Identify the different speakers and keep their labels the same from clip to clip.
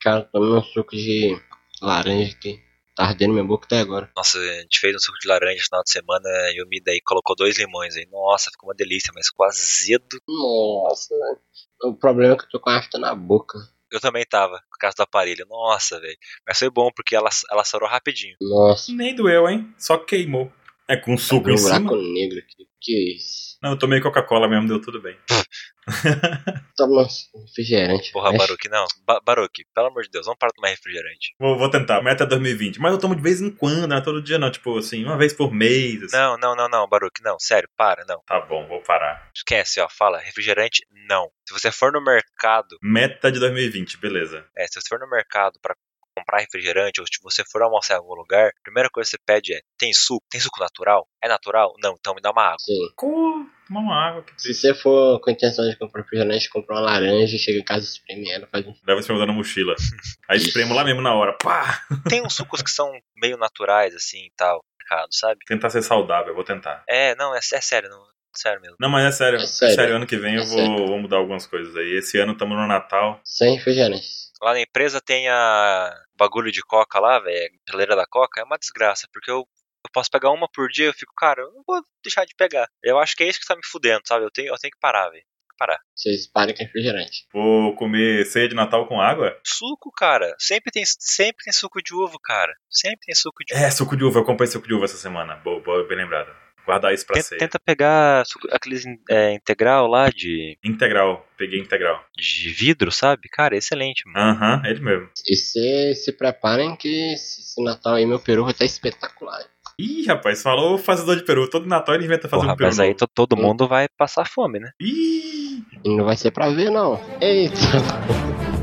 Speaker 1: Cara, tomei um suco de laranja que tá ardendo minha boca até agora.
Speaker 2: Nossa, a gente fez um suco de laranja no final de semana e o Mi daí colocou dois limões aí. Nossa, ficou uma delícia, mas ficou azedo.
Speaker 1: Nossa, o problema é que eu tô com a afta na boca.
Speaker 2: Eu também tava, por causa do aparelho. Nossa, velho. Mas foi bom, porque ela, ela sarou rapidinho.
Speaker 1: Nossa,
Speaker 3: Nem doeu, hein? Só queimou. É com suco
Speaker 1: tem
Speaker 3: em
Speaker 1: um buraco
Speaker 3: cima.
Speaker 1: negro aqui. Que isso?
Speaker 3: Não, eu tomei Coca-Cola mesmo, deu tudo bem.
Speaker 1: Toma um refrigerante.
Speaker 2: Porra,
Speaker 1: mexe.
Speaker 2: Baruque, não. Ba Baruque, pelo amor de Deus, vamos parar de tomar refrigerante.
Speaker 3: Vou, vou tentar, meta é 2020. Mas eu tomo de vez em quando, não é todo dia não. Tipo assim, uma vez por mês. assim.
Speaker 2: Não, não, não, não, Baruque, não. Sério, para, não.
Speaker 3: Tá bom, vou parar.
Speaker 2: Esquece, ó. Fala, refrigerante, não. Se você for no mercado,
Speaker 3: Meta de 2020, beleza.
Speaker 2: é, se você for no mercado pra comprar refrigerante ou se você for almoçar em algum lugar, a primeira coisa que você pede é: tem suco? Tem suco natural? É natural? Não, então me dá uma água.
Speaker 1: Sim.
Speaker 3: Co- Tomar uma água. que
Speaker 1: Se você for com a intenção de comprar refrigerante, compra uma laranja, chega em casa, espreme ela, faz um...
Speaker 3: Leva esse meu na mochila. Aí espremo lá mesmo na hora. Pá!
Speaker 2: Tem uns sucos que são meio naturais assim e tal, no mercado, sabe?
Speaker 3: Tentar ser saudável, vou tentar.
Speaker 2: É, não, é, sé- é sério, não, sério mesmo.
Speaker 3: Não, mas é sério.
Speaker 1: É sério.
Speaker 3: ano que vem
Speaker 1: É
Speaker 3: eu vou,
Speaker 1: sério.
Speaker 3: vou mudar algumas coisas aí. Esse ano estamos no Natal.
Speaker 1: sem refrigerante.
Speaker 2: Lá na empresa tem a bagulho de coca lá, velho, a geleira da coca, é uma desgraça, porque eu, eu posso pegar uma por dia, eu fico, cara, eu não vou deixar de pegar. Eu acho que é isso que tá me fudendo, sabe? Eu tenho, eu tenho que parar, velho.
Speaker 1: Vocês parem com refrigerante.
Speaker 3: Vou comer ceia de Natal com água?
Speaker 2: Suco, cara, sempre tem, sempre tem suco de uva, cara. Sempre tem suco de uva.
Speaker 3: É, suco de uva. Eu comprei suco de uva essa semana. Boa, boa bem lembrado. Guardar isso pra
Speaker 2: Tenta,
Speaker 3: ceia.
Speaker 2: tenta pegar suco- aqueles é, integral lá de,
Speaker 3: Integral. Peguei integral.
Speaker 2: de vidro, sabe? Cara, é excelente, mano.
Speaker 3: Aham, ele mesmo.
Speaker 1: E se, se preparem que esse esse Natal aí, meu peru vai estar espetacular. hein?
Speaker 3: Ih, rapaz, falou o fazedor de peru. Todo Natal ele inventa fazer
Speaker 2: Porra,
Speaker 3: um peru.
Speaker 2: mas aí
Speaker 3: novo.
Speaker 2: to- todo
Speaker 1: Hum.
Speaker 2: mundo vai passar fome, né?
Speaker 3: Ih!
Speaker 1: E não vai ser pra ver, não. Eita!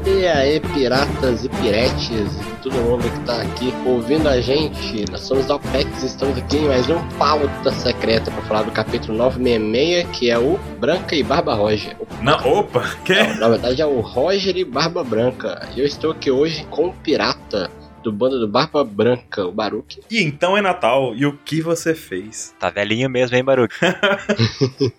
Speaker 1: E aí, piratas e piretes, e todo mundo que tá aqui ouvindo a gente, nós somos da OPEX, estamos aqui em mais um Pauta Secreta pra falar do capítulo 966, que é o Branca e Barba Roger.
Speaker 3: Não, opa! Que?
Speaker 1: Na verdade é o Roger e Barba Branca. E eu estou aqui hoje com o pirata do bando do Barba Branca, o Baruque.
Speaker 3: E então é Natal. E o que você fez?
Speaker 2: Tá velhinho mesmo, hein, Baruque?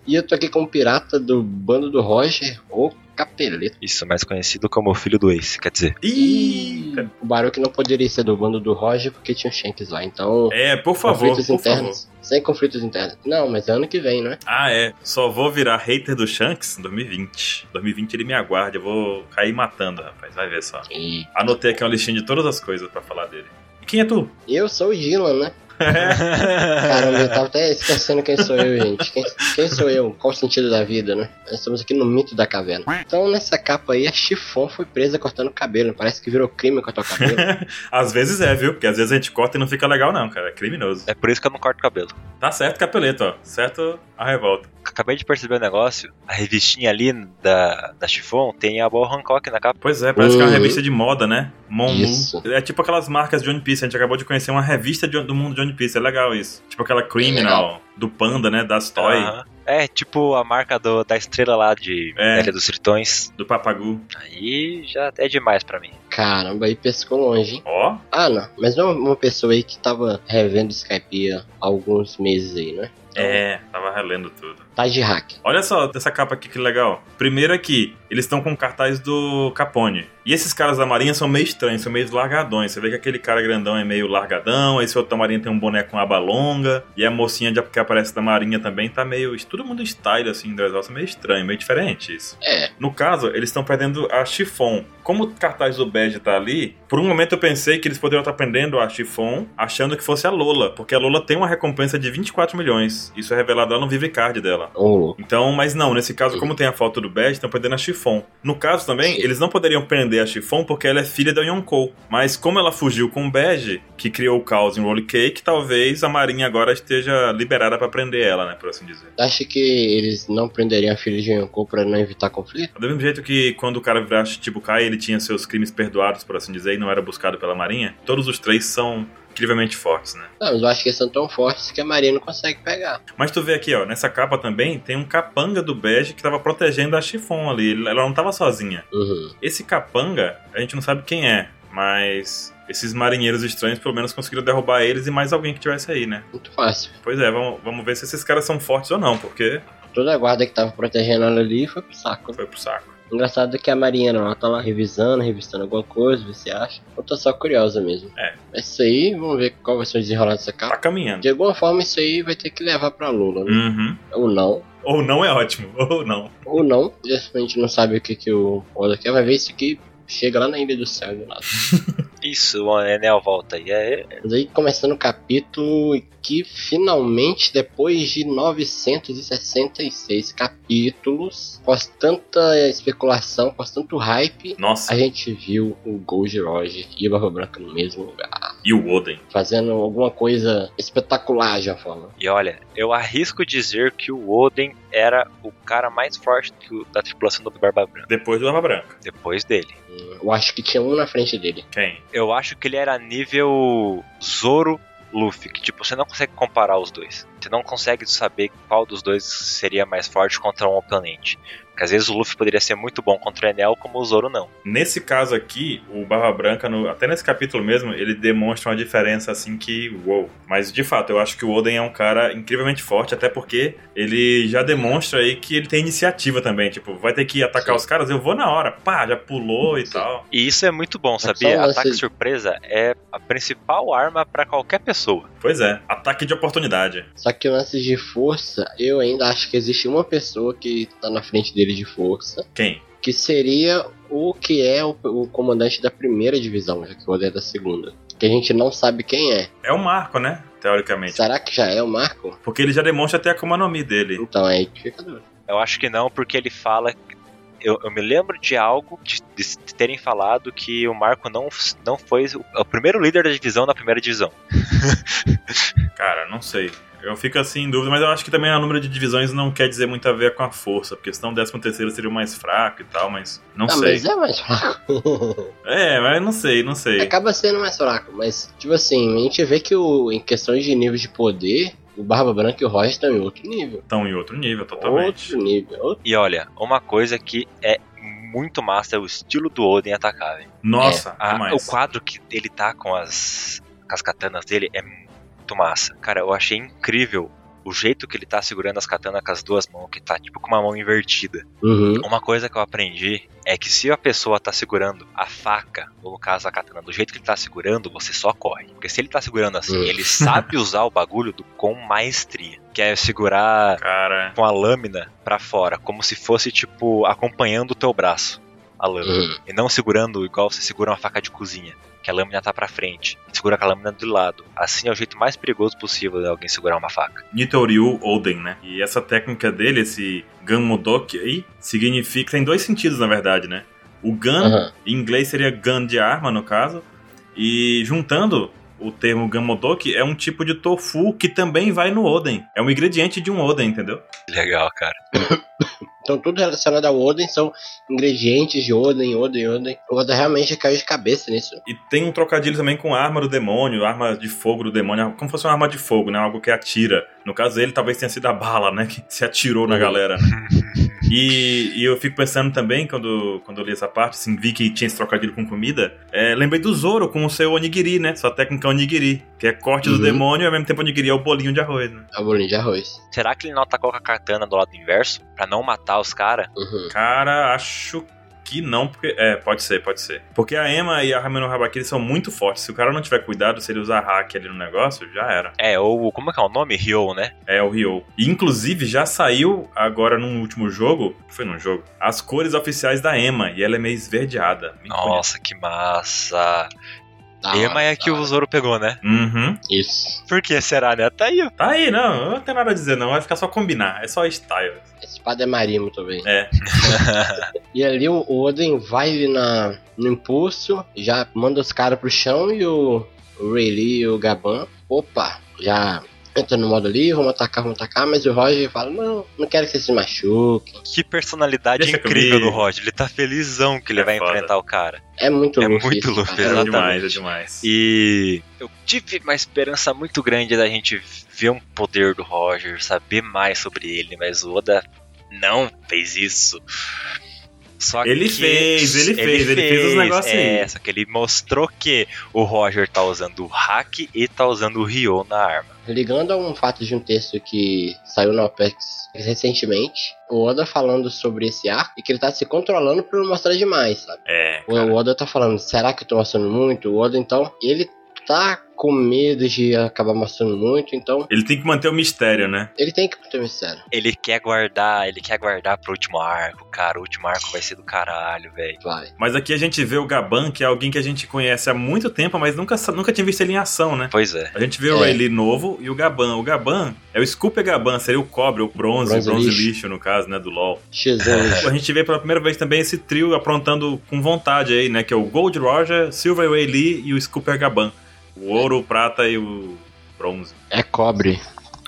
Speaker 1: E eu tô aqui com o pirata do bando do Roger, o Capeleto.
Speaker 2: Isso, mais conhecido como o filho do ex, quer dizer.
Speaker 3: Ih!
Speaker 1: O Baruque não poderia ser do bando do Roger porque tinha o Shanks lá, então...
Speaker 3: É, por favor,
Speaker 1: conflitos
Speaker 3: por favor.
Speaker 1: internos. Sem conflitos internos. Não, mas é ano que vem, não é?
Speaker 3: Ah, é. Só vou virar hater do Shanks em 2020. 2020 ele me aguarda. Eu vou cair matando, rapaz. Vai ver só.
Speaker 1: E
Speaker 3: Anotei aqui uma listinha de todas as coisas pra falar dele. E quem é tu?
Speaker 1: eu sou o Dylan, né? Caramba, eu tava até esquecendo quem sou eu, gente. Quem, quem sou eu? Qual o sentido da vida, né? Nós estamos aqui no mito da caverna. Então, nessa capa aí, a Chifon foi presa cortando cabelo. Parece que virou crime cortar o cabelo.
Speaker 3: às vezes é, viu? Porque às vezes a gente corta e não fica legal, não, cara. É criminoso.
Speaker 2: É por isso que eu não corto cabelo.
Speaker 3: Tá certo, capeleto, ó. Certo a revolta.
Speaker 2: Acabei de perceber um negócio. A revistinha ali da, da Chifon tem a Ball Hancock na capa.
Speaker 3: Pois é, parece que é uma
Speaker 1: Uhum.
Speaker 3: revista de moda, né? Monmu.
Speaker 1: Isso.
Speaker 3: É tipo aquelas marcas de One Piece. A gente acabou de conhecer uma revista de- do mundo de One Piece. É legal isso. Tipo aquela Criminal, do Panda, né? Das Toy,
Speaker 2: Aham. É, tipo a marca do- da estrela lá de
Speaker 3: É.
Speaker 2: Ilha dos Tritões.
Speaker 3: do Papagu.
Speaker 2: Aí já é demais pra mim.
Speaker 1: Caramba, aí pescou longe, hein?
Speaker 3: Ó,
Speaker 1: Ah, não. Mas não é uma pessoa aí que tava revendo Skype há alguns meses aí, né?
Speaker 3: é. Tava relendo tudo.
Speaker 1: Tá de hack.
Speaker 3: Olha só essa capa aqui que legal. Primeiro aqui, eles estão com cartaz do Capone. E esses caras da Marinha são meio estranhos, são meio largadões. Você vê que aquele cara grandão é meio largadão, esse outro da Marinha tem um boné com aba longa, e a mocinha de- que aparece da Marinha também tá meio. Todo mundo style assim, do exército, meio estranho, meio diferente isso.
Speaker 1: É.
Speaker 3: No caso, eles estão prendendo a Chifon. Como o cartaz do Bege tá ali, por um momento eu pensei que eles poderiam estar prendendo a Chifon achando que fosse a Lola, porque a Lola tem uma recompensa de 24 milhões. Isso é revelado lá no Vive Card dela.
Speaker 1: Ô, louco.
Speaker 3: Então, mas não, nesse caso,
Speaker 1: Sim.
Speaker 3: como tem a foto do Bad, estão prendendo a Chifon. No caso também,
Speaker 1: Sim.
Speaker 3: eles não poderiam prender a Chifon porque ela é filha da Yonkou. Mas como ela fugiu com o Bad, que criou o caos em Roll Cake, talvez a Marinha agora esteja liberada pra prender ela, né, por assim dizer.
Speaker 1: Acha que eles não prenderiam a filha de Yonkou pra não evitar conflito?
Speaker 3: Do mesmo jeito que quando o cara virar Shichibukai, ele tinha seus crimes perdoados, por assim dizer, e não era buscado pela Marinha, todos os três são incrivelmente fortes, né?
Speaker 1: Não, mas eu acho que eles são tão fortes que a Maria não consegue pegar.
Speaker 3: Mas tu vê aqui, ó, nessa capa também, tem um capanga do Bege que tava protegendo a Chifon ali. Ela não tava sozinha.
Speaker 1: Uhum.
Speaker 3: Esse capanga, a gente não sabe quem é, mas esses marinheiros estranhos pelo menos conseguiram derrubar eles e mais alguém que tivesse aí, né?
Speaker 1: Muito fácil.
Speaker 3: Pois é, vamos, vamos ver se esses caras são fortes ou não, porque
Speaker 1: Toda a guarda que tava protegendo ela ali foi pro saco.
Speaker 3: foi pro saco.
Speaker 1: Engraçado que a Marinha não, ela tá lá revisando, revistando alguma coisa, ver se acha. Eu tô só curiosa mesmo.
Speaker 3: É.
Speaker 1: Mas isso aí, vamos ver qual vai ser o desenrolar dessa
Speaker 3: Tá
Speaker 1: capa.
Speaker 3: caminhando.
Speaker 1: De alguma forma, isso aí vai ter que levar pra Lula, né?
Speaker 3: Uhum.
Speaker 1: Ou não.
Speaker 3: Ou não é ótimo, ou não.
Speaker 1: Ou não. Já que A gente não sabe o que, que o Oda quer, vai ver isso aqui. Chega lá na Ilha do Céu, do lado.
Speaker 2: Isso, o Enel volta aí. É, é,
Speaker 1: Mas aí começando o capítulo que finalmente, depois de 966 capítulos, após tanta especulação, após tanto hype,
Speaker 3: Nossa,
Speaker 1: a gente viu o Gold Roger e o Barba Branca no mesmo lugar,
Speaker 3: e o Oden.
Speaker 1: fazendo alguma coisa espetacular já forma.
Speaker 2: E olha, eu arrisco dizer que o Oden era o cara mais forte do- da tripulação do Barba Branca,
Speaker 3: Depois do Barba Branca.
Speaker 2: depois dele.
Speaker 1: Eu acho que tinha um na frente dele.
Speaker 3: Quem?
Speaker 2: Eu acho que ele era nível Zoro Luffy, que tipo, você não consegue comparar os dois. Você não consegue saber qual dos dois seria mais forte contra um oponente. Porque às vezes o Luffy poderia ser muito bom contra o Enel, como o Zoro não.
Speaker 3: Nesse caso aqui, o Barba Branca, no- até nesse capítulo mesmo, ele demonstra uma diferença assim que, uou. Mas de fato, eu acho que o Oden é um cara incrivelmente forte, até porque ele já demonstra aí que ele tem iniciativa também. Tipo, vai ter que atacar
Speaker 1: Sim.
Speaker 3: os caras, eu vou na hora, pá, já pulou e
Speaker 1: Sim.
Speaker 3: tal.
Speaker 2: E isso é muito bom,
Speaker 1: Mas
Speaker 2: sabia?
Speaker 1: só você-
Speaker 2: Ataque surpresa é a principal arma pra qualquer pessoa.
Speaker 3: Pois é, ataque de oportunidade.
Speaker 1: Só que lance de força, eu ainda acho que existe uma pessoa que tá na frente dele de força.
Speaker 3: Quem?
Speaker 1: que seria o que é o, o comandante da primeira divisão, já que o Oda é da segunda. Que a gente não sabe quem é.
Speaker 3: É o Marco, né? Teoricamente.
Speaker 1: Será que já é o Marco?
Speaker 3: Porque ele já demonstra até a Kuma no Mi dele.
Speaker 1: Então é aí que fica duro.
Speaker 2: Eu acho que não, porque ele fala. Eu, eu me lembro de algo, de, de terem falado que o Marco não, f- não foi o, o primeiro líder da divisão na primeira divisão.
Speaker 3: Cara, não sei. Eu fico assim em dúvida, mas eu acho que também o número de divisões não quer dizer muito a ver com a força, porque senão o 13 terceiro seria o mais fraco e tal, mas não
Speaker 1: ah,
Speaker 3: sei.
Speaker 1: mas é mais fraco.
Speaker 3: É, mas não sei, não sei.
Speaker 1: Acaba sendo mais fraco, mas, tipo assim, a gente vê que o, em questão de nível de poder, o Barba Branca e o Roger estão em outro nível.
Speaker 3: Estão em outro nível, totalmente.
Speaker 1: Outro nível. Outro...
Speaker 2: E olha, uma coisa que é muito massa é o estilo do Oden atacar. velho.
Speaker 3: Nossa,
Speaker 2: É, A-
Speaker 3: demais.
Speaker 2: o quadro que ele tá com as, com as katanas dele é muito massa. Cara, eu achei incrível o jeito que ele tá segurando as katanas com as duas mãos, que tá tipo com uma mão invertida.
Speaker 1: Uhum.
Speaker 2: Uma coisa que eu aprendi é que se a pessoa tá segurando a faca, ou no caso a katana, do jeito que ele tá segurando, você só corre. Porque se ele tá segurando assim,
Speaker 1: Hum.
Speaker 2: ele sabe usar o bagulho do, com maestria. Que é segurar
Speaker 3: Cara,
Speaker 2: com a lâmina pra fora, como se fosse, tipo, acompanhando o teu braço, a lâmina.
Speaker 1: Uhum.
Speaker 2: E não segurando igual você segura uma faca de cozinha, que a lâmina tá pra frente. Segura com a lâmina do lado. Assim é o jeito mais perigoso possível de alguém segurar uma faca.
Speaker 3: Nitoryu Oden, né? E essa técnica dele, esse Ganmodoki aí, significa. Tem dois sentidos, na verdade, né? O Gan
Speaker 1: Aham.
Speaker 3: Em inglês seria gun de arma, no caso. E juntando o termo gamodoki, é um tipo de tofu que também vai no oden. É um ingrediente de um oden, entendeu?
Speaker 2: Legal, cara.
Speaker 1: Então tudo relacionado ao Oden são ingredientes de Oden, Oden, Oden. O Oda realmente caiu de cabeça nisso.
Speaker 3: E tem um trocadilho também com arma do demônio, arma de fogo do demônio, como se fosse uma arma de fogo, né? Algo que atira. No caso dele, talvez tenha sido a bala, né? Que se atirou na
Speaker 1: Uhum.
Speaker 3: galera. né? E, e eu fico pensando também, quando, quando eu li essa parte, assim, vi que tinha esse trocadilho com comida, é, lembrei do Zoro com o seu onigiri, né? Sua técnica onigiri, que é corte
Speaker 1: Uhum.
Speaker 3: do demônio e ao mesmo tempo onigiri é o bolinho de arroz, né?
Speaker 1: A bolinha de arroz.
Speaker 2: Será que ele não atacou com a katana do lado inverso? Pra não matar os caras?
Speaker 1: Uhum.
Speaker 3: Cara, acho que não, porque. É, pode ser, pode ser. Porque a Emma e a Rameno Habakiri são muito fortes. Se o cara não tiver cuidado, se ele usar hack ali no negócio, já era.
Speaker 2: É, ou como é que é o nome? Ryo, né?
Speaker 3: É o Ryo. E, inclusive, já saiu agora num último jogo. Foi num jogo. As cores oficiais da Emma. E ela é meio esverdeada. Muito bonita.
Speaker 2: Nossa, que massa.
Speaker 1: Da
Speaker 2: E
Speaker 1: hora,
Speaker 2: mas é que
Speaker 1: da
Speaker 2: o
Speaker 1: hora.
Speaker 2: Zoro pegou, né?
Speaker 3: Uhum.
Speaker 1: Isso.
Speaker 2: Por que será, né? Tá aí. ó.
Speaker 3: Tá aí, não. Eu não tenho nada a dizer, não. Vai ficar só combinar. É só style.
Speaker 1: A espada é marimo também.
Speaker 3: É.
Speaker 1: E ali o o Oden vai na, no impulso, já manda os caras pro chão e o, o Rayleigh e o Gaban, opa, já entra no modo ali, vamos atacar, vamos atacar, mas o Roger fala, não, não quero que você se machuque.
Speaker 2: que personalidade
Speaker 3: Deixa
Speaker 2: incrível
Speaker 3: comigo.
Speaker 2: do Roger. Ele tá felizão que ele
Speaker 3: É
Speaker 2: vai
Speaker 3: foda.
Speaker 2: enfrentar o cara.
Speaker 1: É muito
Speaker 2: É
Speaker 1: Luffy isso,
Speaker 2: muito Luffy,
Speaker 1: cara.
Speaker 3: É
Speaker 2: exatamente.
Speaker 3: demais, é demais.
Speaker 2: E eu tive uma esperança muito grande da gente ver um poder do Roger, saber mais sobre ele, mas o Oda não fez isso. Só
Speaker 3: Ele
Speaker 2: que-
Speaker 3: fez, ele fez, ele fez os negócios
Speaker 2: é,
Speaker 3: aí.
Speaker 2: Só que ele mostrou que o Roger tá usando o hack e tá usando o Ryo na arma.
Speaker 1: Ligando a um fato de um texto que saiu na OPEX recentemente, o Oda falando sobre esse arco e que ele tá se controlando pra não mostrar demais, sabe?
Speaker 3: É,
Speaker 1: O o Oda tá falando, será que eu tô mostrando muito? O Oda, então, ele tá com medo de acabar mostrando muito, então
Speaker 3: Ele tem que manter o mistério, né?
Speaker 1: ele tem que ter um mistério.
Speaker 2: Ele quer guardar, ele quer guardar pro último arco, cara. O último arco vai ser do caralho, velho.
Speaker 1: Vai.
Speaker 3: Mas aqui a gente vê o Gaban, que é alguém que a gente conhece há muito tempo, mas nunca, sa- nunca tinha visto ele em ação, né?
Speaker 2: Pois é.
Speaker 3: A gente vê o
Speaker 1: É.
Speaker 3: Rayleigh novo e o Gaban. O Gaban é o Scoop Gaban, seria o cobre, o bronze,
Speaker 1: Bronze
Speaker 3: bronze, bronze
Speaker 1: lixo.
Speaker 3: lixo. no caso, né, do LoL.
Speaker 1: X1.
Speaker 3: A gente vê pela primeira vez também esse trio aprontando com vontade aí, né, que é o Gold Roger, Silver Rayleigh e o Scoop Gaban. O ouro, o prata e o bronze.
Speaker 1: é cobre.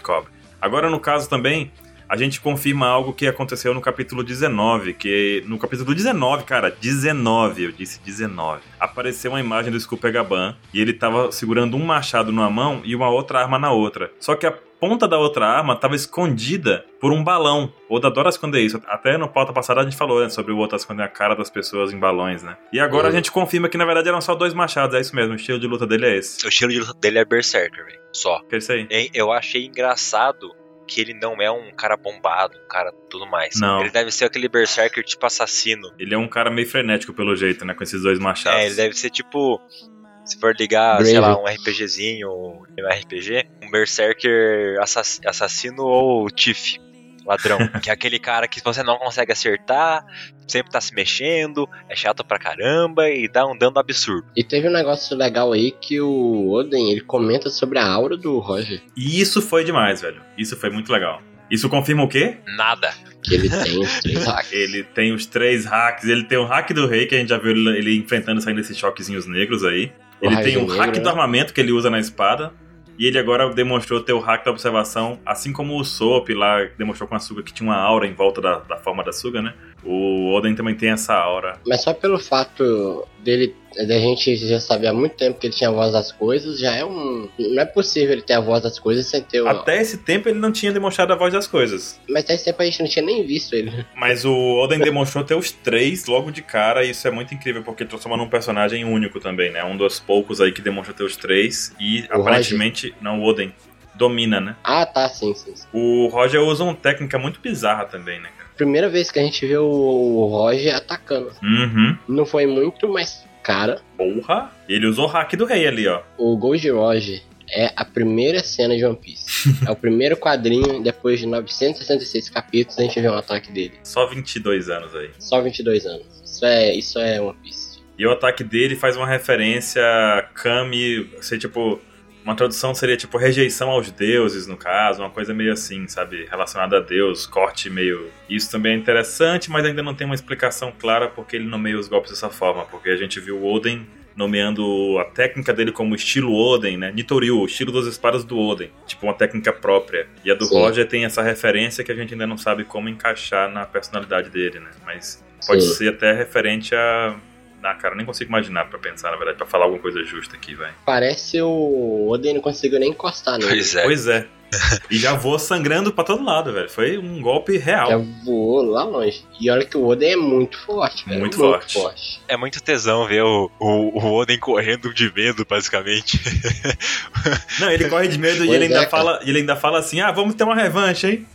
Speaker 3: cobre. Agora, no caso também, a gente confirma algo que aconteceu no capítulo 19, que no capítulo 19, cara, 19, eu disse 19, apareceu uma imagem do Scooper Gaban e ele tava segurando um machado numa mão e uma outra arma na outra. Só que a ponta da outra arma tava escondida por um balão. O Oda adora esconder isso. Até no pauta passada a gente falou né, sobre o Oda esconder a cara das pessoas em balões, né? E agora a
Speaker 1: Uhum.
Speaker 3: gente confirma que na verdade eram só dois machados, é isso mesmo, o estilo de luta dele é esse.
Speaker 2: O estilo de luta dele é Berserker, velho. Só.
Speaker 3: Que é isso aí.
Speaker 2: E Eu achei engraçado que ele não é um cara bombado, um cara tudo mais.
Speaker 3: Não.
Speaker 2: Ele deve ser aquele Berserker tipo assassino.
Speaker 3: Ele é um cara meio frenético pelo jeito, né? Com esses dois machados.
Speaker 2: É, ele deve ser tipo. Se for ligar,
Speaker 1: Brave.
Speaker 2: sei lá, um RPGzinho, um RPG, um Berserker assass- assassino ou Tiff, ladrão. que é aquele cara que você não consegue acertar, sempre tá se mexendo, é chato pra caramba e dá um dano absurdo.
Speaker 1: E teve um negócio legal aí que o Oden, ele comenta sobre a aura do Roger.
Speaker 3: E isso foi demais, velho. Isso foi muito legal. Isso confirma o quê?
Speaker 2: Nada.
Speaker 1: Que ele tem os três hacks.
Speaker 3: Ele tem os três hacks. Ele tem o hack do rei, que a gente já viu ele, ele enfrentando, saindo esses choquezinhos negros aí.
Speaker 1: O
Speaker 3: Ele
Speaker 1: raio
Speaker 3: tem o
Speaker 1: negro,
Speaker 3: hack
Speaker 1: né?
Speaker 3: do armamento, que ele usa na espada. E ele agora demonstrou ter o hack da observação, assim como o Soap lá demonstrou com a Suga, que tinha uma aura em volta da, da forma da Suga, né? O Oden também tem essa aura.
Speaker 1: Mas só pelo fato dele, da gente já saber há muito tempo que ele tinha a voz das coisas, já é um. Não é possível ele ter a voz das coisas sem ter o.
Speaker 3: Até esse tempo ele não tinha demonstrado a voz das coisas.
Speaker 1: Mas até esse tempo a gente não tinha nem visto ele.
Speaker 3: Mas o Oden demonstrou ter os três logo de cara, e isso é muito incrível, porque transforma num personagem único também, né? Um dos poucos aí que demonstrou ter os três, e
Speaker 1: O
Speaker 3: aparentemente, não, o Oden domina, né?
Speaker 1: Ah, tá, sim, sim. sim.
Speaker 3: O Roger usa uma técnica muito bizarra também, né, cara?
Speaker 1: Primeira vez que a gente vê o- o Roger atacando.
Speaker 3: Uhum.
Speaker 1: Não foi muito, mas, cara,
Speaker 3: Porra! E Ele usou o hack do rei ali, ó.
Speaker 1: o Gold Roger é a primeira cena de One Piece. é o primeiro quadrinho, depois de 966 capítulos, a gente vê um ataque dele.
Speaker 3: Só 22 anos aí.
Speaker 1: Só 22 anos. Isso é, isso é One Piece.
Speaker 3: E o ataque dele faz uma referência a Kami, sei tipo, uma tradução seria tipo rejeição aos deuses, no caso, uma coisa meio assim, sabe, relacionada a Deus, corte meio. Isso também é interessante, mas ainda não tem uma explicação clara porque ele nomeia os golpes dessa forma, porque a gente viu o Oden nomeando a técnica dele como estilo Oden, né? Nitoryu, o estilo das espadas do Oden, tipo uma técnica própria. E a do
Speaker 1: Sim.
Speaker 3: Roger tem essa referência que a gente ainda não sabe como encaixar na personalidade dele, né? Mas Pode
Speaker 1: Sim.
Speaker 3: ser até referente a. Ah, cara, eu nem consigo imaginar pra pensar, na verdade, pra falar alguma coisa justa aqui, velho.
Speaker 1: Parece o Oden não conseguiu nem encostar nele.
Speaker 2: Pois é.
Speaker 3: Pois é. E já vou sangrando pra todo lado, velho. Foi um golpe
Speaker 1: Já
Speaker 3: real.
Speaker 1: voou lá longe. E olha que o Oden é muito forte, velho.
Speaker 3: Muito forte.
Speaker 2: É muito tesão ver o, o, o Oden correndo de medo, basicamente.
Speaker 3: Não, ele corre de medo e
Speaker 1: Pois
Speaker 3: ele,
Speaker 1: é,
Speaker 3: ainda
Speaker 1: cara.
Speaker 3: fala, e ele ainda fala assim: ah, vamos ter uma revanche, hein?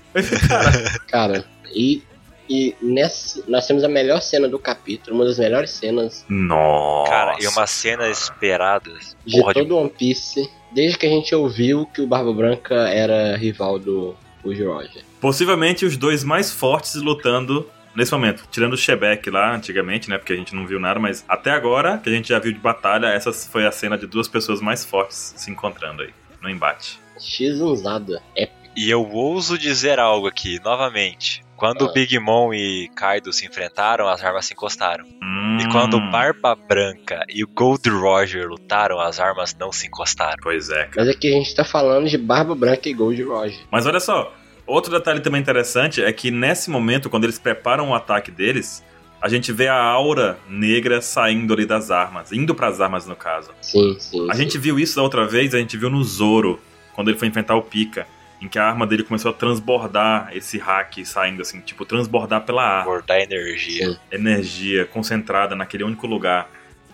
Speaker 1: Cara, e, e nessa, nós temos a melhor cena do capítulo, uma das melhores cenas
Speaker 3: Nossa.
Speaker 2: Cara, e uma cena esperada.
Speaker 1: de
Speaker 2: Porra de
Speaker 1: todo One Piece, desde que a gente ouviu que o Barba Branca era rival do Gold Roger.
Speaker 3: Possivelmente os dois mais fortes lutando nesse momento. Tirando o Shebeck lá antigamente, né? Porque a gente não viu nada, mas até agora, que a gente já viu de batalha, essa foi a cena de duas pessoas mais fortes se encontrando aí, no embate.
Speaker 1: X usada. É,
Speaker 2: E eu ouso dizer algo aqui, novamente. Quando
Speaker 1: Ah.
Speaker 2: Big Mom e Kaido se enfrentaram, as armas se encostaram. E
Speaker 3: Hum.
Speaker 2: quando Barba Branca e o Gold Roger lutaram, as armas não se encostaram.
Speaker 3: Pois é, cara.
Speaker 1: mas aqui a gente tá falando de Barba Branca e Gold Roger.
Speaker 3: Mas olha só, outro detalhe também interessante é que nesse momento, quando eles preparam o ataque deles, a gente vê a aura negra saindo ali das armas, indo pras armas no caso.
Speaker 1: Sim, sim.
Speaker 3: A
Speaker 1: sim.
Speaker 3: gente viu isso da outra vez, a gente viu no Zoro, quando ele foi enfrentar o Pika. em que a arma dele começou a transbordar esse hack saindo assim, tipo, transbordar pela arma.
Speaker 2: Guardar energia.
Speaker 1: Sim.
Speaker 3: Energia concentrada naquele único lugar.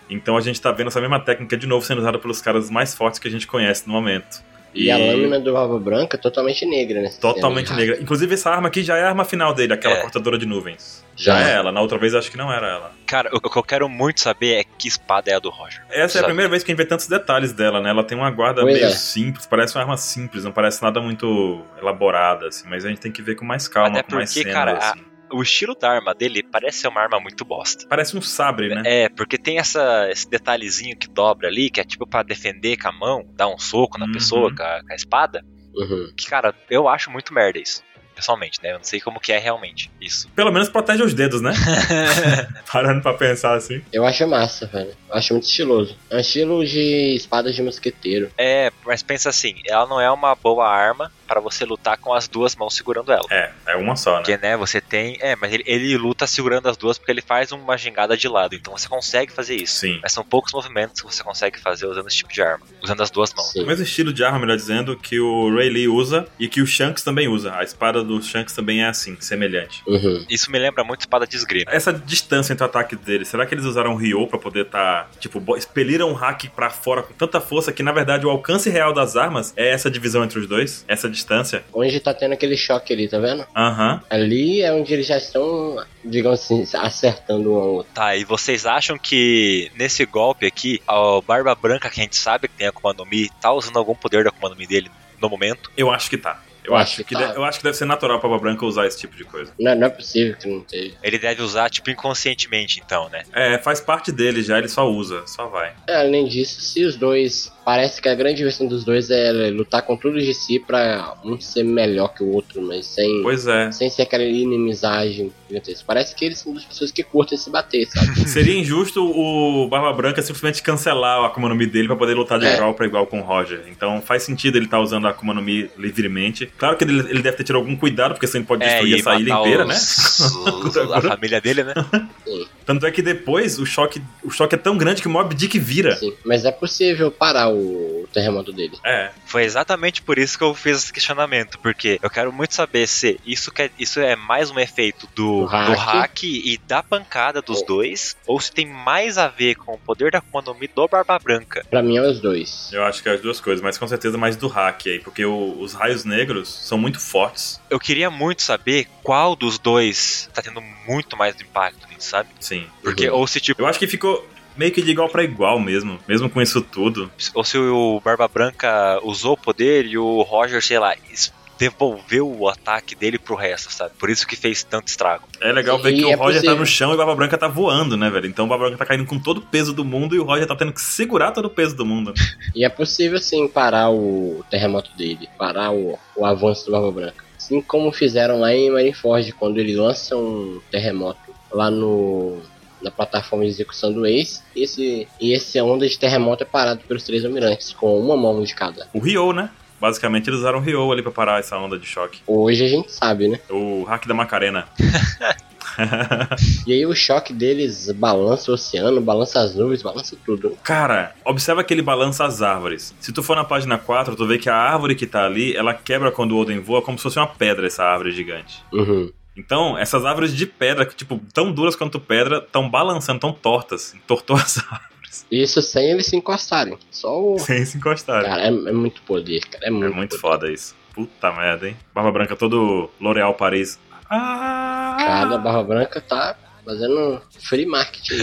Speaker 3: Então a gente tá vendo essa mesma técnica de novo sendo usada pelos caras mais fortes que a gente conhece no momento.
Speaker 1: E a lâmina do Barba Branca é totalmente negra, né?
Speaker 3: Totalmente negra. Inclusive, essa arma aqui já é a arma final dele, aquela
Speaker 2: É.
Speaker 3: cortadora de nuvens.
Speaker 1: Já.
Speaker 3: Já é ela. Na outra vez, acho que não era ela.
Speaker 2: Cara, o que eu quero muito saber é que espada é a do Roger.
Speaker 3: Essa é a
Speaker 2: Sabe?
Speaker 3: primeira vez que a gente vê tantos detalhes dela, né? Ela tem uma guarda
Speaker 1: Pois
Speaker 3: meio
Speaker 1: é.
Speaker 3: simples, parece uma arma simples, não parece nada muito elaborada, assim. Mas a gente tem que ver com mais calma,
Speaker 2: Até
Speaker 3: com mais
Speaker 2: porque,
Speaker 3: cenas,
Speaker 2: cara, a-
Speaker 3: assim.
Speaker 2: O estilo da arma dele parece ser uma arma muito bosta.
Speaker 3: Parece um sabre, né?
Speaker 2: É, porque tem essa, esse detalhezinho que dobra ali, que é tipo pra defender com a mão, dar um soco na
Speaker 3: Uhum.
Speaker 2: pessoa com a, com a espada.
Speaker 1: Uhum.
Speaker 2: Que, cara, eu acho muito merda isso. Pessoalmente, né? Eu não sei como que é realmente isso.
Speaker 3: Pelo menos protege os dedos, né? Parando pra pensar assim.
Speaker 1: Eu acho massa, velho. Eu acho muito estiloso. É um estilo de espada de mosqueteiro.
Speaker 2: é, mas pensa assim, ela não é uma boa arma pra você lutar com as duas mãos segurando ela.
Speaker 3: É, é uma só, né?
Speaker 2: Porque, né, você tem. É, mas ele, ele luta segurando as duas porque ele faz uma gingada de lado. Então você consegue fazer isso.
Speaker 3: Sim.
Speaker 2: Mas são poucos movimentos que você consegue fazer usando esse tipo de arma. Usando as duas mãos.
Speaker 1: Sim.
Speaker 3: O mesmo estilo de arma, melhor dizendo, que o Ray Lee usa e que o Shanks também usa. A espada do Shanks também é assim, semelhante.
Speaker 1: Uhum.
Speaker 2: Isso me lembra muito espada de esgrima.
Speaker 3: Essa distância entre o ataque deles, será que eles usaram o Ryo pra poder tá, tipo, bo- expeliram o hack pra fora com tanta força que na verdade o alcance real das armas é essa divisão entre os dois, essa distância?
Speaker 1: Onde tá tendo aquele choque ali, tá vendo?
Speaker 3: Aham.
Speaker 1: Ali é onde eles já estão, digamos assim, acertando um ao outro.
Speaker 2: Tá, e vocês acham que nesse golpe aqui, a Barba Branca, que a gente sabe que tem a Akuma no Mi, tá usando algum poder da Akuma no Mi dele no momento?
Speaker 3: Eu acho que tá. Eu,
Speaker 1: Eu
Speaker 3: acho,
Speaker 1: acho
Speaker 3: que
Speaker 1: que tá.
Speaker 3: de- eu acho que deve ser natural pra Barba Branca usar esse tipo de coisa.
Speaker 1: Não, não é possível que não esteja.
Speaker 2: Ele deve usar, tipo, inconscientemente, então, né?
Speaker 3: É, faz parte dele já, ele só usa, só vai.
Speaker 1: É, Além disso, se os dois. Parece que a grande versão dos dois é lutar com tudo de si pra um ser melhor que o outro, mas sem.
Speaker 3: Pois é.
Speaker 1: Sem ser aquela inimizagem gigantesca. Parece que eles são das pessoas que curtem se bater, sabe?
Speaker 3: Seria injusto o Barba Branca simplesmente cancelar a Akuma no Mi dele pra poder lutar de
Speaker 1: É.
Speaker 3: igual pra igual com o Roger. Então faz sentido ele estar usando a Akuma no Mi livremente. Claro que ele, ele deve ter tirado algum cuidado, porque senão ele pode
Speaker 2: é,
Speaker 3: destruir essa ilha
Speaker 2: matar
Speaker 3: inteira, né?
Speaker 2: os- os- a família dele, né?
Speaker 3: Tanto é que depois o choque, o choque é tão grande que o Mob Dick vira.
Speaker 1: Sim. Mas é possível parar o, o terremoto dele.
Speaker 3: É,
Speaker 2: Foi exatamente por isso que eu fiz esse questionamento, porque eu quero muito saber se isso, quer, isso é mais um efeito do,
Speaker 1: Do
Speaker 2: do,
Speaker 1: hack.
Speaker 2: hack. e da pancada dos
Speaker 3: É.
Speaker 1: Oh.
Speaker 2: dois, ou se tem mais a ver com o poder da Akuma no Mi do Barba Branca.
Speaker 1: Pra mim é os dois.
Speaker 3: eu acho que é as duas coisas, mas com certeza mais do hack aí, porque o- os raios negros são muito fortes.
Speaker 2: Eu queria muito saber qual dos dois tá tendo muito mais impacto nisso, sabe?
Speaker 3: Sim.
Speaker 2: Porque,
Speaker 1: Uhum.
Speaker 2: ou se tipo,
Speaker 3: Eu acho que ficou meio que de igual pra igual mesmo, mesmo com isso tudo.
Speaker 2: ou se o Barba Branca usou o poder e o Roger, sei lá, es- devolveu o ataque dele pro resto, sabe? Por isso que fez tanto estrago.
Speaker 3: É legal ver
Speaker 1: E
Speaker 3: que
Speaker 1: é
Speaker 3: o Roger
Speaker 1: possível.
Speaker 3: tá no chão e o Barba Branca tá voando, né, velho? Então o Barba Branca tá caindo com todo o peso do mundo e o Roger tá tendo que segurar todo o peso do mundo.
Speaker 1: E é possível sim parar o terremoto dele, parar o, o avanço do Barba Branca. Assim como fizeram lá em Marineford, quando ele lança um terremoto lá no na plataforma de execução do Ace, esse, e essa onda de terremoto é parado pelos três almirantes, com uma mão de cada.
Speaker 3: O Ryo, né? Basicamente eles usaram o Ryo ali pra parar essa onda de choque.
Speaker 1: Hoje a gente sabe, né?
Speaker 3: O hack da Macarena.
Speaker 1: E aí o choque deles balança o oceano, balança as nuvens, balança tudo.
Speaker 3: Cara, observa que ele balança as árvores. Se tu for na página 4, tu vê que a árvore que tá ali, ela quebra quando o Oden voa como se fosse uma pedra essa árvore gigante.
Speaker 1: Uhum.
Speaker 3: Então, essas árvores de pedra, que, tipo, tão duras quanto pedra, tão balançando, tão tortas. Entortou as árvores
Speaker 1: Isso sem eles se encostarem. Só o.
Speaker 3: sem se encostarem.
Speaker 1: Cara, é, é muito poder, cara. É muito,
Speaker 3: É muito
Speaker 1: poder.
Speaker 3: foda isso. Puta merda, hein? Barba Branca todo L'Oréal Paris.
Speaker 1: Cara, a
Speaker 3: Ah!
Speaker 1: Barba Branca tá fazendo free marketing.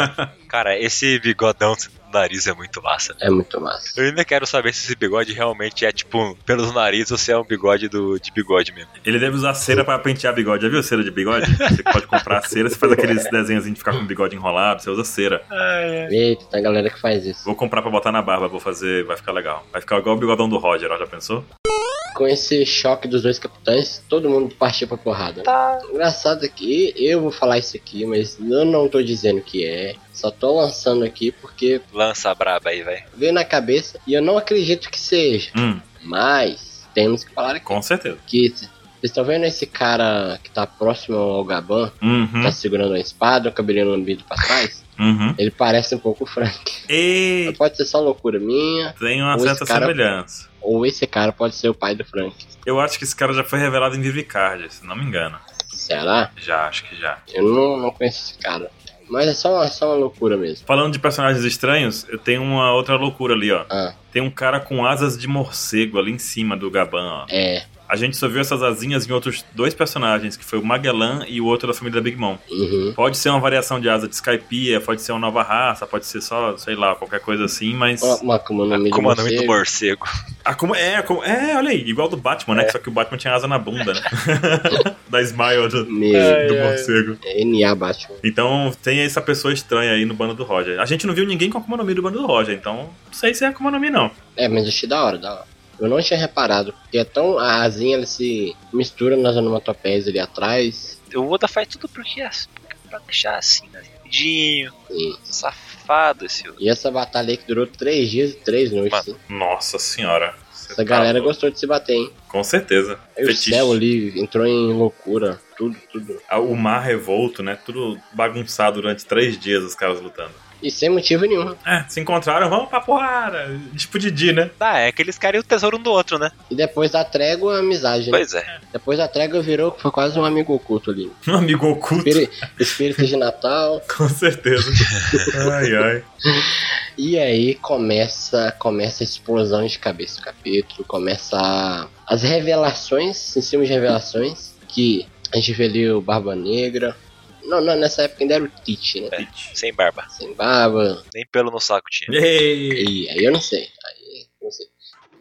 Speaker 2: Cara, esse bigodão do nariz é muito massa.
Speaker 1: é muito massa.
Speaker 2: Eu ainda quero saber se esse bigode realmente é, tipo, pelos nariz ou se é um bigode do, de bigode mesmo.
Speaker 3: Ele deve usar cera pra pentear bigode. Já viu cera de bigode? Você pode comprar cera, você faz aqueles desenhos de ficar com o bigode enrolado, você usa cera.
Speaker 1: Eita, tem a galera que faz isso.
Speaker 3: Vou comprar pra botar na barba, vou fazer, vai ficar legal. Vai ficar igual o bigodão do Roger, ó, já pensou?
Speaker 1: Com esse choque dos dois capitães, todo mundo partiu pra porrada. Engraçado aqui, eu vou falar isso aqui, mas eu não tô dizendo que é. Só tô lançando aqui porque
Speaker 2: Lança a braba aí, velho.
Speaker 1: veio na cabeça e eu não acredito que seja.
Speaker 3: Hum,
Speaker 1: Mas temos que falar aqui.
Speaker 3: com certeza.
Speaker 1: que Vocês estão vendo esse cara que tá próximo ao Gaban?
Speaker 3: Uhum,
Speaker 1: Tá segurando uma espada, o cabelinho lambido pra trás?
Speaker 3: uhum.
Speaker 1: Ele parece um pouco o Frank.
Speaker 3: E
Speaker 1: Pode ser só loucura minha,
Speaker 3: tem uma
Speaker 1: Ou esse
Speaker 3: certa
Speaker 1: cara-
Speaker 3: semelhança.
Speaker 1: Ou esse cara pode ser o pai do Frank.
Speaker 3: Eu acho que esse cara já foi revelado em Vivicard, se não me engano.
Speaker 1: Será?
Speaker 3: Já, acho que já.
Speaker 1: Eu não, não conheço esse cara. Mas é só, é só uma loucura mesmo.
Speaker 3: Falando de personagens estranhos, eu tenho uma outra loucura ali, ó.
Speaker 1: Ah,
Speaker 3: Tem um cara com asas de morcego ali em cima do Gaban, ó.
Speaker 1: é.
Speaker 3: A gente só viu essas asinhas em outros dois personagens, que foi o Magellan e o outro da família da Big Mom.
Speaker 1: Uhum.
Speaker 3: Pode ser uma variação de asa de Skypiea, pode ser uma nova raça, pode ser só, sei lá, qualquer coisa assim, mas.
Speaker 1: Ó, Uma Akuma no Mi de
Speaker 2: Como é o nome do
Speaker 1: morcego.
Speaker 2: morcego?
Speaker 3: Ah, como é, como- é, olha aí, igual do Batman,
Speaker 1: É.
Speaker 3: né? Só que o Batman tinha asa na bunda, né? da Smile do,
Speaker 1: Meu,
Speaker 3: do morcego.
Speaker 1: NA Batman.
Speaker 3: Então tem essa pessoa estranha aí no bando do Roger. A gente não viu ninguém com a Akuma no Mi do bando do Roger, então não sei se é a Akuma no Mi, não.
Speaker 1: É, mas achei da hora, da hora. Eu não tinha reparado, porque é tão. A asinha ela se mistura nas onomatopeias ali atrás.
Speaker 2: O Oda faz tudo porque é assim, pra deixar assim, né? Lindinho,
Speaker 1: E,
Speaker 2: safado esse Oda.
Speaker 1: e essa batalha aí que durou três dias e três noites. hein?
Speaker 3: Nossa senhora. Você
Speaker 1: Essa
Speaker 3: tá
Speaker 1: galera
Speaker 3: louco.
Speaker 1: gostou de se bater, hein?
Speaker 3: Com certeza.
Speaker 1: Aí o
Speaker 3: Fetiche.
Speaker 1: céu ali entrou em loucura, tudo, tudo.
Speaker 3: Ah, O mar revolto, né? Tudo bagunçado durante três dias, os caras lutando.
Speaker 1: E sem motivo nenhum.
Speaker 3: É, se encontraram, vamos pra porrada. Tipo Didi, né?
Speaker 2: Ah, é que eles querem o tesouro um do outro, né?
Speaker 1: E depois da trégua, amizade. né?
Speaker 2: Pois é.
Speaker 1: Depois da trégua virou, que foi quase um amigo oculto ali.
Speaker 3: Um amigo oculto,
Speaker 1: Espírito, espírito de Natal.
Speaker 3: com certeza. ai, ai.
Speaker 1: E aí começa, começa a explosão de cabeça do capítulo, começa a- as revelações, em cima de revelações, que a gente vê ali o Barba Negra. Não, não, nessa época ainda era o Tite, né?
Speaker 2: Sem barba.
Speaker 1: Sem barba.
Speaker 2: Nem pelo no saco tinha.
Speaker 3: Ei.
Speaker 1: E aí eu não sei. Aí não sei.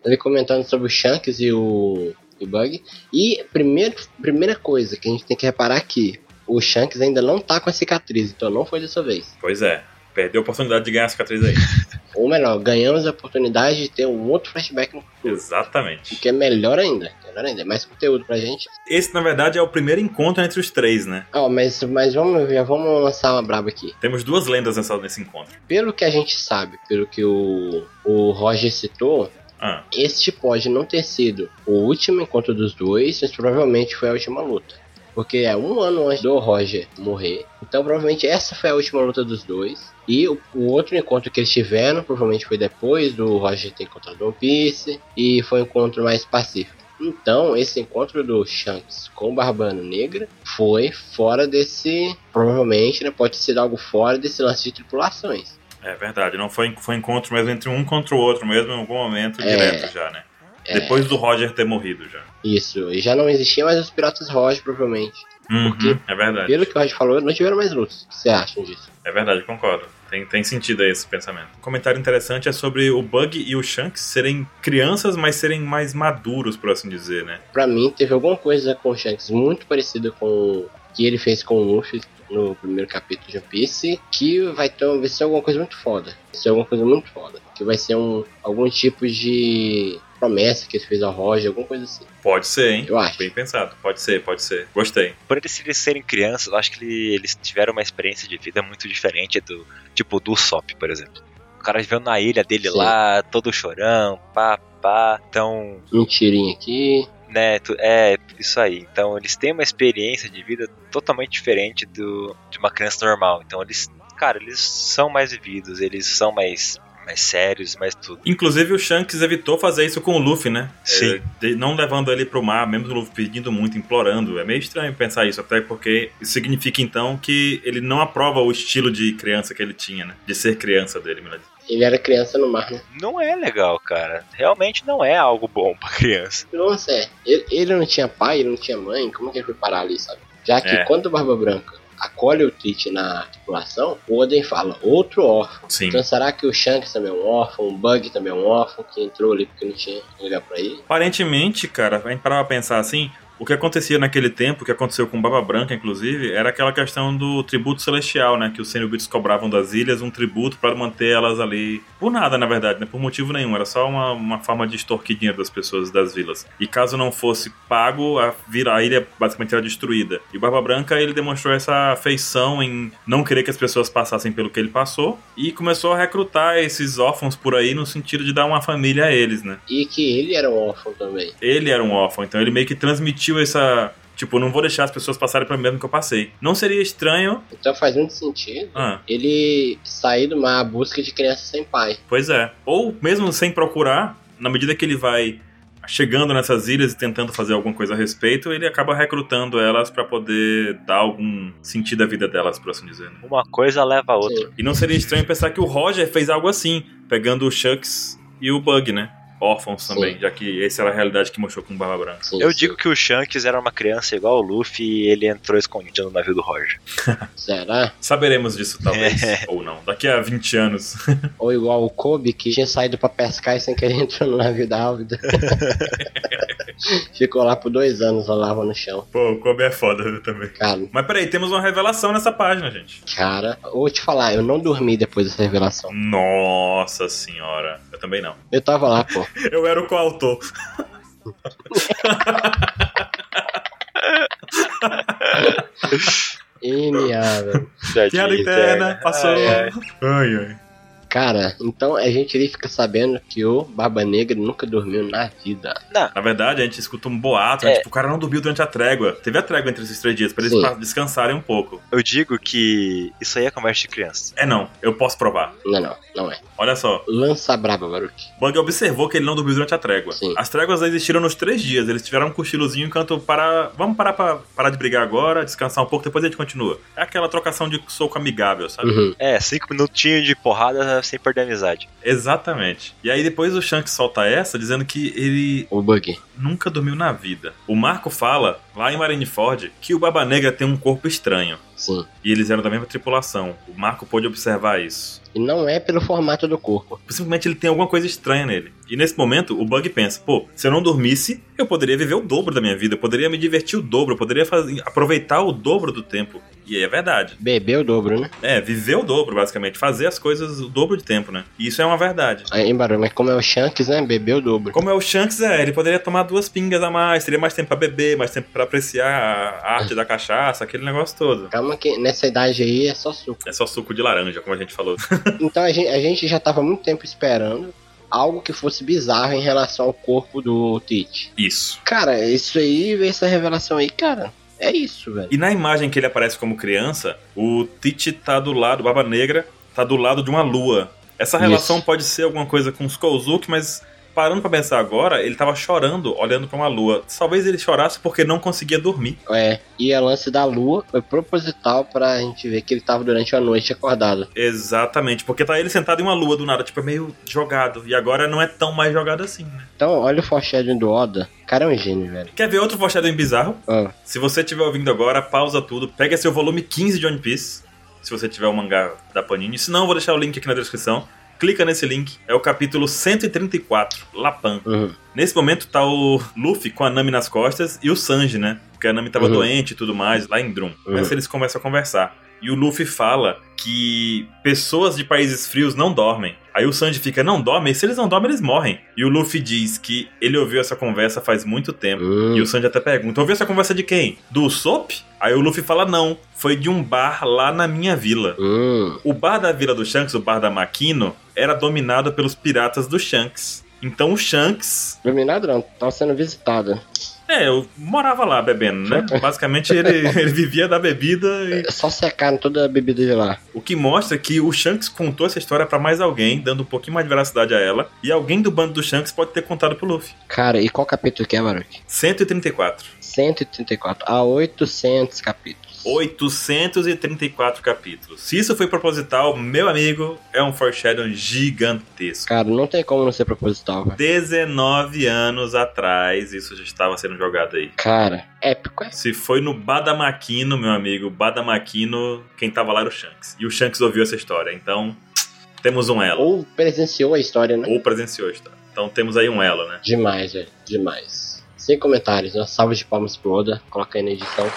Speaker 1: Ele comentando sobre o Shanks e o, e o Bug. E primeiro, primeira coisa que a gente tem que reparar aqui. O Shanks ainda não tá com a cicatriz, então não foi dessa vez.
Speaker 3: Pois é. Perdeu a oportunidade de ganhar a cicatriz aí.
Speaker 1: Ou melhor, ganhamos a oportunidade de ter um outro flashback no futuro. O
Speaker 3: Exatamente.
Speaker 1: que é melhor ainda. Melhor ainda, é mais conteúdo pra gente. Ah,
Speaker 3: Esse, na verdade, é o primeiro encontro entre os três, né?
Speaker 1: Ó, mas, mas vamos, já vamos lançar uma braba aqui.
Speaker 3: Temos duas lendas nessa, nesse encontro.
Speaker 1: Pelo que a gente sabe, pelo que o, o Roger citou,
Speaker 3: Ah,
Speaker 1: este pode não ter sido o último encontro dos dois, mas provavelmente foi a última luta. Porque é um ano antes do Roger morrer. Então provavelmente essa foi a última luta dos dois. E o, o outro encontro que eles tiveram provavelmente foi depois do Roger ter encontrado One Piece. E foi um encontro mais pacífico. Então, esse encontro do Shanks com o Barbano Negra foi fora desse. Provavelmente, né? Pode ser algo fora desse lance de tripulações.
Speaker 3: é verdade. Não foi, foi encontro mesmo entre um contra o outro mesmo, em algum momento
Speaker 1: É.
Speaker 3: direto já, né?
Speaker 1: É.
Speaker 3: Depois do Roger ter morrido já.
Speaker 1: Isso. E já não existia mais os Piratas Roger, provavelmente.
Speaker 3: Uhum, é verdade.
Speaker 1: Pelo que o Roger falou, não tiveram mais lutas. O que você acha disso?
Speaker 3: É verdade, concordo. Tem, tem sentido aí esse pensamento. Um comentário interessante é sobre o Bug e o Shanks serem crianças, mas serem mais maduros, por assim dizer, né?
Speaker 1: Pra mim, teve alguma coisa com o Shanks muito parecida com o que ele fez com o Luffy no primeiro capítulo de One Piece, que vai, ter, vai ser alguma coisa muito foda. Vai ser alguma coisa muito foda. Que vai ser um, algum tipo de promessa que ele fez ao Roger, alguma coisa assim.
Speaker 3: Pode ser, hein?
Speaker 1: Eu acho.
Speaker 3: Bem pensado. Pode ser, pode ser. Gostei.
Speaker 2: Por eles, eles serem crianças, eu acho que ele- eles tiveram uma experiência de vida muito diferente do, tipo, do Usopp, por exemplo. O cara viveu na ilha dele
Speaker 1: Sim.
Speaker 2: lá, todo chorão, pá, pá. Então,
Speaker 1: Mentirinha aqui.
Speaker 2: né, tu- é isso aí. Então, eles têm uma experiência de vida totalmente diferente do, de uma criança normal. Então, eles, cara, eles são mais vividos, eles são mais, mais sérios, mais tudo.
Speaker 3: Inclusive, o Shanks evitou fazer isso com o Luffy, né?
Speaker 2: Sim.
Speaker 3: É, de- não levando ele pro mar, mesmo o Luffy pedindo muito, implorando. É meio estranho pensar isso, até porque isso significa, então, que ele não aprova o estilo de criança que ele tinha, né? De ser criança dele, melhor dizendo.
Speaker 1: Ele era criança no mar, né?
Speaker 2: Não é legal, cara. Realmente não é algo bom pra criança.
Speaker 1: Nossa, é. Ele, ele não tinha pai, ele não tinha mãe, como que ele foi parar ali, sabe? Já que
Speaker 3: É.
Speaker 1: quando o Barba Branca acolhe o Tite na tripulação, o Oden fala, outro órfão.
Speaker 3: Sim.
Speaker 1: Então será que o Shanks também é um órfão, o Bug também é um órfão, que entrou ali porque não tinha lugar pra ir?
Speaker 3: Aparentemente, cara, a gente parava pra pensar assim, o que acontecia naquele tempo, o que aconteceu com Baba Branca, inclusive, era aquela questão do tributo celestial, né? Que os Cenobites cobravam das ilhas um tributo pra manter elas ali. Por nada, na verdade, né? Por motivo nenhum. Era só uma, uma forma de extorquir dinheiro das pessoas das vilas. E caso não fosse pago, a, vira- a ilha basicamente era destruída. E Barba Branca, ele demonstrou essa afeição em não querer que as pessoas passassem pelo que ele passou. E começou a recrutar esses órfãos por aí no sentido de dar uma família a eles, né?
Speaker 1: E que ele era um órfão também.
Speaker 3: ele era um órfão, então ele meio que transmitiu essa. Tipo, não vou deixar as pessoas passarem pelo mesmo que eu passei. Não seria estranho.
Speaker 1: Então faz muito sentido
Speaker 3: Ah,
Speaker 1: ele sair do mar à busca de criança sem pai.
Speaker 3: pois é. Ou mesmo sem procurar, na medida que ele vai chegando nessas ilhas e tentando fazer alguma coisa a respeito, ele acaba recrutando elas pra poder dar algum sentido à vida delas, por assim dizer. né?
Speaker 2: Uma coisa leva a outra.
Speaker 3: E não seria estranho pensar que o Roger fez algo assim, pegando o Shucks e o Bug, né? Órfãos também, já que essa era a realidade que mostrou com o Barba Branca.
Speaker 1: Sim,
Speaker 2: Eu
Speaker 1: sim.
Speaker 2: digo que o Shanks era uma criança igual o Luffy e ele entrou escondido no navio do Roger.
Speaker 1: Será?
Speaker 3: Saberemos disso, talvez, ou não. Daqui a 20 anos.
Speaker 1: Ou igual o Kobe, que tinha saído pra pescar e sem querer entrou no navio da Álvida. Ficou lá por dois anos, lá lava no chão.
Speaker 3: Pô, o Kobe é foda viu, também.
Speaker 1: Cara,
Speaker 3: Mas peraí, temos uma revelação nessa página, gente.
Speaker 1: cara, vou te falar, eu não dormi depois dessa revelação.
Speaker 3: Nossa senhora. Eu também não.
Speaker 1: Eu tava lá, pô.
Speaker 3: Eu era o coautor.
Speaker 1: Iniável.
Speaker 3: Piada interna, passou.
Speaker 2: Ai, ai.
Speaker 3: Ai, ai.
Speaker 1: Cara, então a gente ali fica sabendo que o Barba Negra nunca dormiu na vida.
Speaker 3: Na verdade, a gente escuta um boato, né?
Speaker 2: É.
Speaker 3: tipo, o cara não dormiu durante a trégua. Teve a trégua entre esses três dias, pra eles
Speaker 1: Sim.
Speaker 3: pa- descansarem um pouco.
Speaker 2: Eu digo que isso aí é conversa de criança.
Speaker 3: É não, eu posso provar.
Speaker 1: Não, não, não é.
Speaker 3: Olha só,
Speaker 1: Lança braba, Baruch.
Speaker 3: Bug observou que ele não dormiu durante a trégua.
Speaker 1: Sim.
Speaker 3: As tréguas existiram nos três dias, eles tiveram um cochilozinho enquanto para... Vamos parar pra parar de brigar agora, descansar um pouco, depois a gente continua. É aquela trocação de soco amigável, sabe?
Speaker 1: Uhum.
Speaker 2: É, cinco minutinhos de porrada sem perder a amizade.
Speaker 3: Exatamente. E aí depois o Shanks solta essa, dizendo que ele
Speaker 1: O Bug.
Speaker 3: nunca dormiu na vida. O Marco fala, lá em Marineford, que o Baba Negra tem um corpo estranho.
Speaker 1: Sim.
Speaker 3: E eles eram da mesma tripulação. O Marco pôde observar isso.
Speaker 1: E não é pelo formato do corpo.
Speaker 3: Simplesmente ele tem alguma coisa estranha nele. E nesse momento, o Bug pensa: pô, se eu não dormisse, eu poderia viver o dobro da minha vida, eu poderia me divertir o dobro, eu poderia fazer- aproveitar o dobro do tempo. E é verdade.
Speaker 1: Bebeu o dobro, né?
Speaker 3: É, viver o dobro, basicamente. Fazer as coisas o dobro de tempo, né? E isso é uma verdade.
Speaker 1: Aí, hein, Baruch, mas como é o Shanks, né? Bebeu o dobro.
Speaker 3: Como é o Shanks, é, ele poderia tomar duas pingas a mais, teria mais tempo pra beber, mais tempo pra apreciar a arte da cachaça, aquele negócio todo.
Speaker 1: Calma que nessa idade aí é só suco.
Speaker 3: É só suco de laranja, como a gente falou.
Speaker 1: Então a gente, a gente já tava muito tempo esperando algo que fosse bizarro em relação ao corpo do Tite.
Speaker 3: Isso.
Speaker 1: Cara, isso aí, essa revelação aí, cara, é isso, velho.
Speaker 3: E na imagem que ele aparece como criança, o Tite tá do lado, o Barba Negra tá do lado de uma lua. Essa
Speaker 1: Isso.
Speaker 3: relação pode ser alguma coisa com os Kozuki, mas parando pra pensar agora, ele tava chorando olhando pra uma lua. Talvez ele chorasse porque não conseguia dormir.
Speaker 1: É, e a lance da lua foi proposital pra gente ver que ele tava durante a noite acordado.
Speaker 3: Exatamente, porque tá ele sentado em uma lua do nada, tipo, é meio jogado. E agora não é tão mais jogado assim, né?
Speaker 1: Então, olha o foreshadowing do Oda. O cara é um gênio, velho.
Speaker 3: Quer ver outro foreshadowing bizarro?
Speaker 1: Ah,
Speaker 3: Se você estiver ouvindo agora, pausa tudo, pega seu volume 15 de One Piece, se você tiver o mangá da Panini. Se não, eu vou deixar o link aqui na descrição. Clica nesse link, é o capítulo 134, Lapan.
Speaker 1: uhum.
Speaker 3: Nesse momento tá o Luffy com a Nami nas costas e o Sanji, né? Porque a Nami tava
Speaker 1: Uhum.
Speaker 3: doente e tudo mais, lá em Drum.
Speaker 1: Uhum.
Speaker 3: Nessa eles começam a conversar. E o Luffy fala que pessoas de países frios não dormem. Aí o Sanji fica, não dormem? Se eles não dormem, eles morrem. E o Luffy diz que ele ouviu essa conversa faz muito tempo.
Speaker 1: Hum.
Speaker 3: E o Sanji até pergunta: ouviu essa conversa de quem? Do Sop? Aí o Luffy fala: não, foi de um bar lá na minha vila.
Speaker 1: Hum.
Speaker 3: O bar da vila do Shanks, o bar da Makino, era dominado pelos piratas do Shanks. Então o Shanks,
Speaker 1: Iluminado não, tava sendo visitado.
Speaker 3: é, eu morava lá bebendo, né? Basicamente ele, ele vivia da bebida e.
Speaker 1: É Só secaram toda a bebida de lá.
Speaker 3: O que mostra é que o Shanks contou essa história pra mais alguém, dando um pouquinho mais de veracidade a ela, e alguém do bando do Shanks pode ter contado pro Luffy.
Speaker 1: Cara, e qual capítulo que é, Baruch?
Speaker 3: 134.
Speaker 1: 134. A 800 capítulos.
Speaker 3: 834 capítulos. Se isso foi proposital, meu amigo, é um foreshadowing gigantesco.
Speaker 1: Cara, não tem como não ser proposital, velho.
Speaker 3: 19 anos atrás, isso já estava sendo jogado aí.
Speaker 1: Cara, épico, é?
Speaker 3: Se foi no Badamaquino, meu amigo, Badamaquino, quem tava lá era o Shanks. E o Shanks ouviu essa história, então temos um elo.
Speaker 1: Ou presenciou a história, né?
Speaker 3: Ou presenciou a história. Então temos aí um elo, né?
Speaker 1: Demais, velho. Demais. Sem comentários, uma salva de palmas pro Oda. Coloca aí na edição.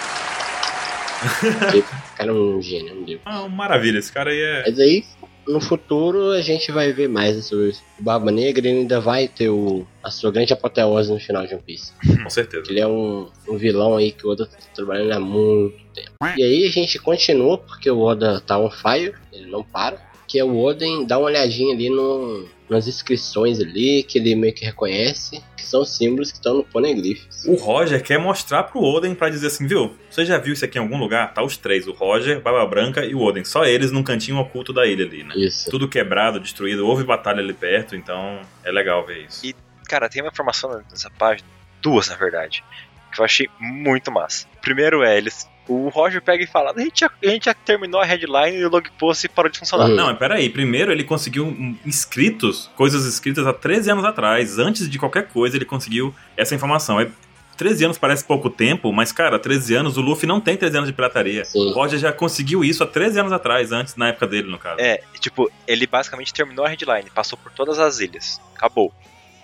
Speaker 1: O cara é um gênio, meu Deus.
Speaker 3: Ah, maravilha, esse cara aí é.
Speaker 1: Mas aí, no futuro, a gente vai ver mais sobre isso. O Barba Negra ele ainda vai ter o, a sua grande apoteose no final de One Piece.
Speaker 3: Com certeza.
Speaker 1: Ele é um, um vilão aí que o Oda tá trabalhando há muito tempo. E aí a gente continua, porque o Oda tá on fire, ele não para. Que é o Oden dá uma olhadinha ali no, nas inscrições ali, que ele meio que reconhece, que são símbolos que estão no Poneglyphs.
Speaker 3: O Roger quer mostrar pro Oden pra dizer assim, viu? Você já viu isso aqui em algum lugar? Tá os três, o Roger, Barba Branca e o Oden. Só eles num cantinho oculto da ilha ali, né?
Speaker 1: Isso.
Speaker 3: Tudo quebrado, destruído, houve batalha ali perto, então é legal ver isso.
Speaker 2: E- Cara, tem uma informação nessa página, duas na verdade, que eu achei muito massa. Primeiro é, eles. O Roger pega e fala: a gente, já, a gente já terminou a headline e o log post parou de funcionar.
Speaker 1: Uhum.
Speaker 3: Não, mas peraí. Primeiro ele conseguiu hum, inscritos, coisas escritas há 13 anos atrás. Antes de qualquer coisa, ele conseguiu essa informação. É, 13 anos parece pouco tempo, mas, cara, 13 anos, o Luffy não tem 13 anos de pirataria. O
Speaker 1: Sim.
Speaker 3: Roger já conseguiu isso há 13 anos atrás, antes, na época dele, no caso.
Speaker 2: É, tipo, ele basicamente terminou a headline, passou por todas as ilhas, acabou.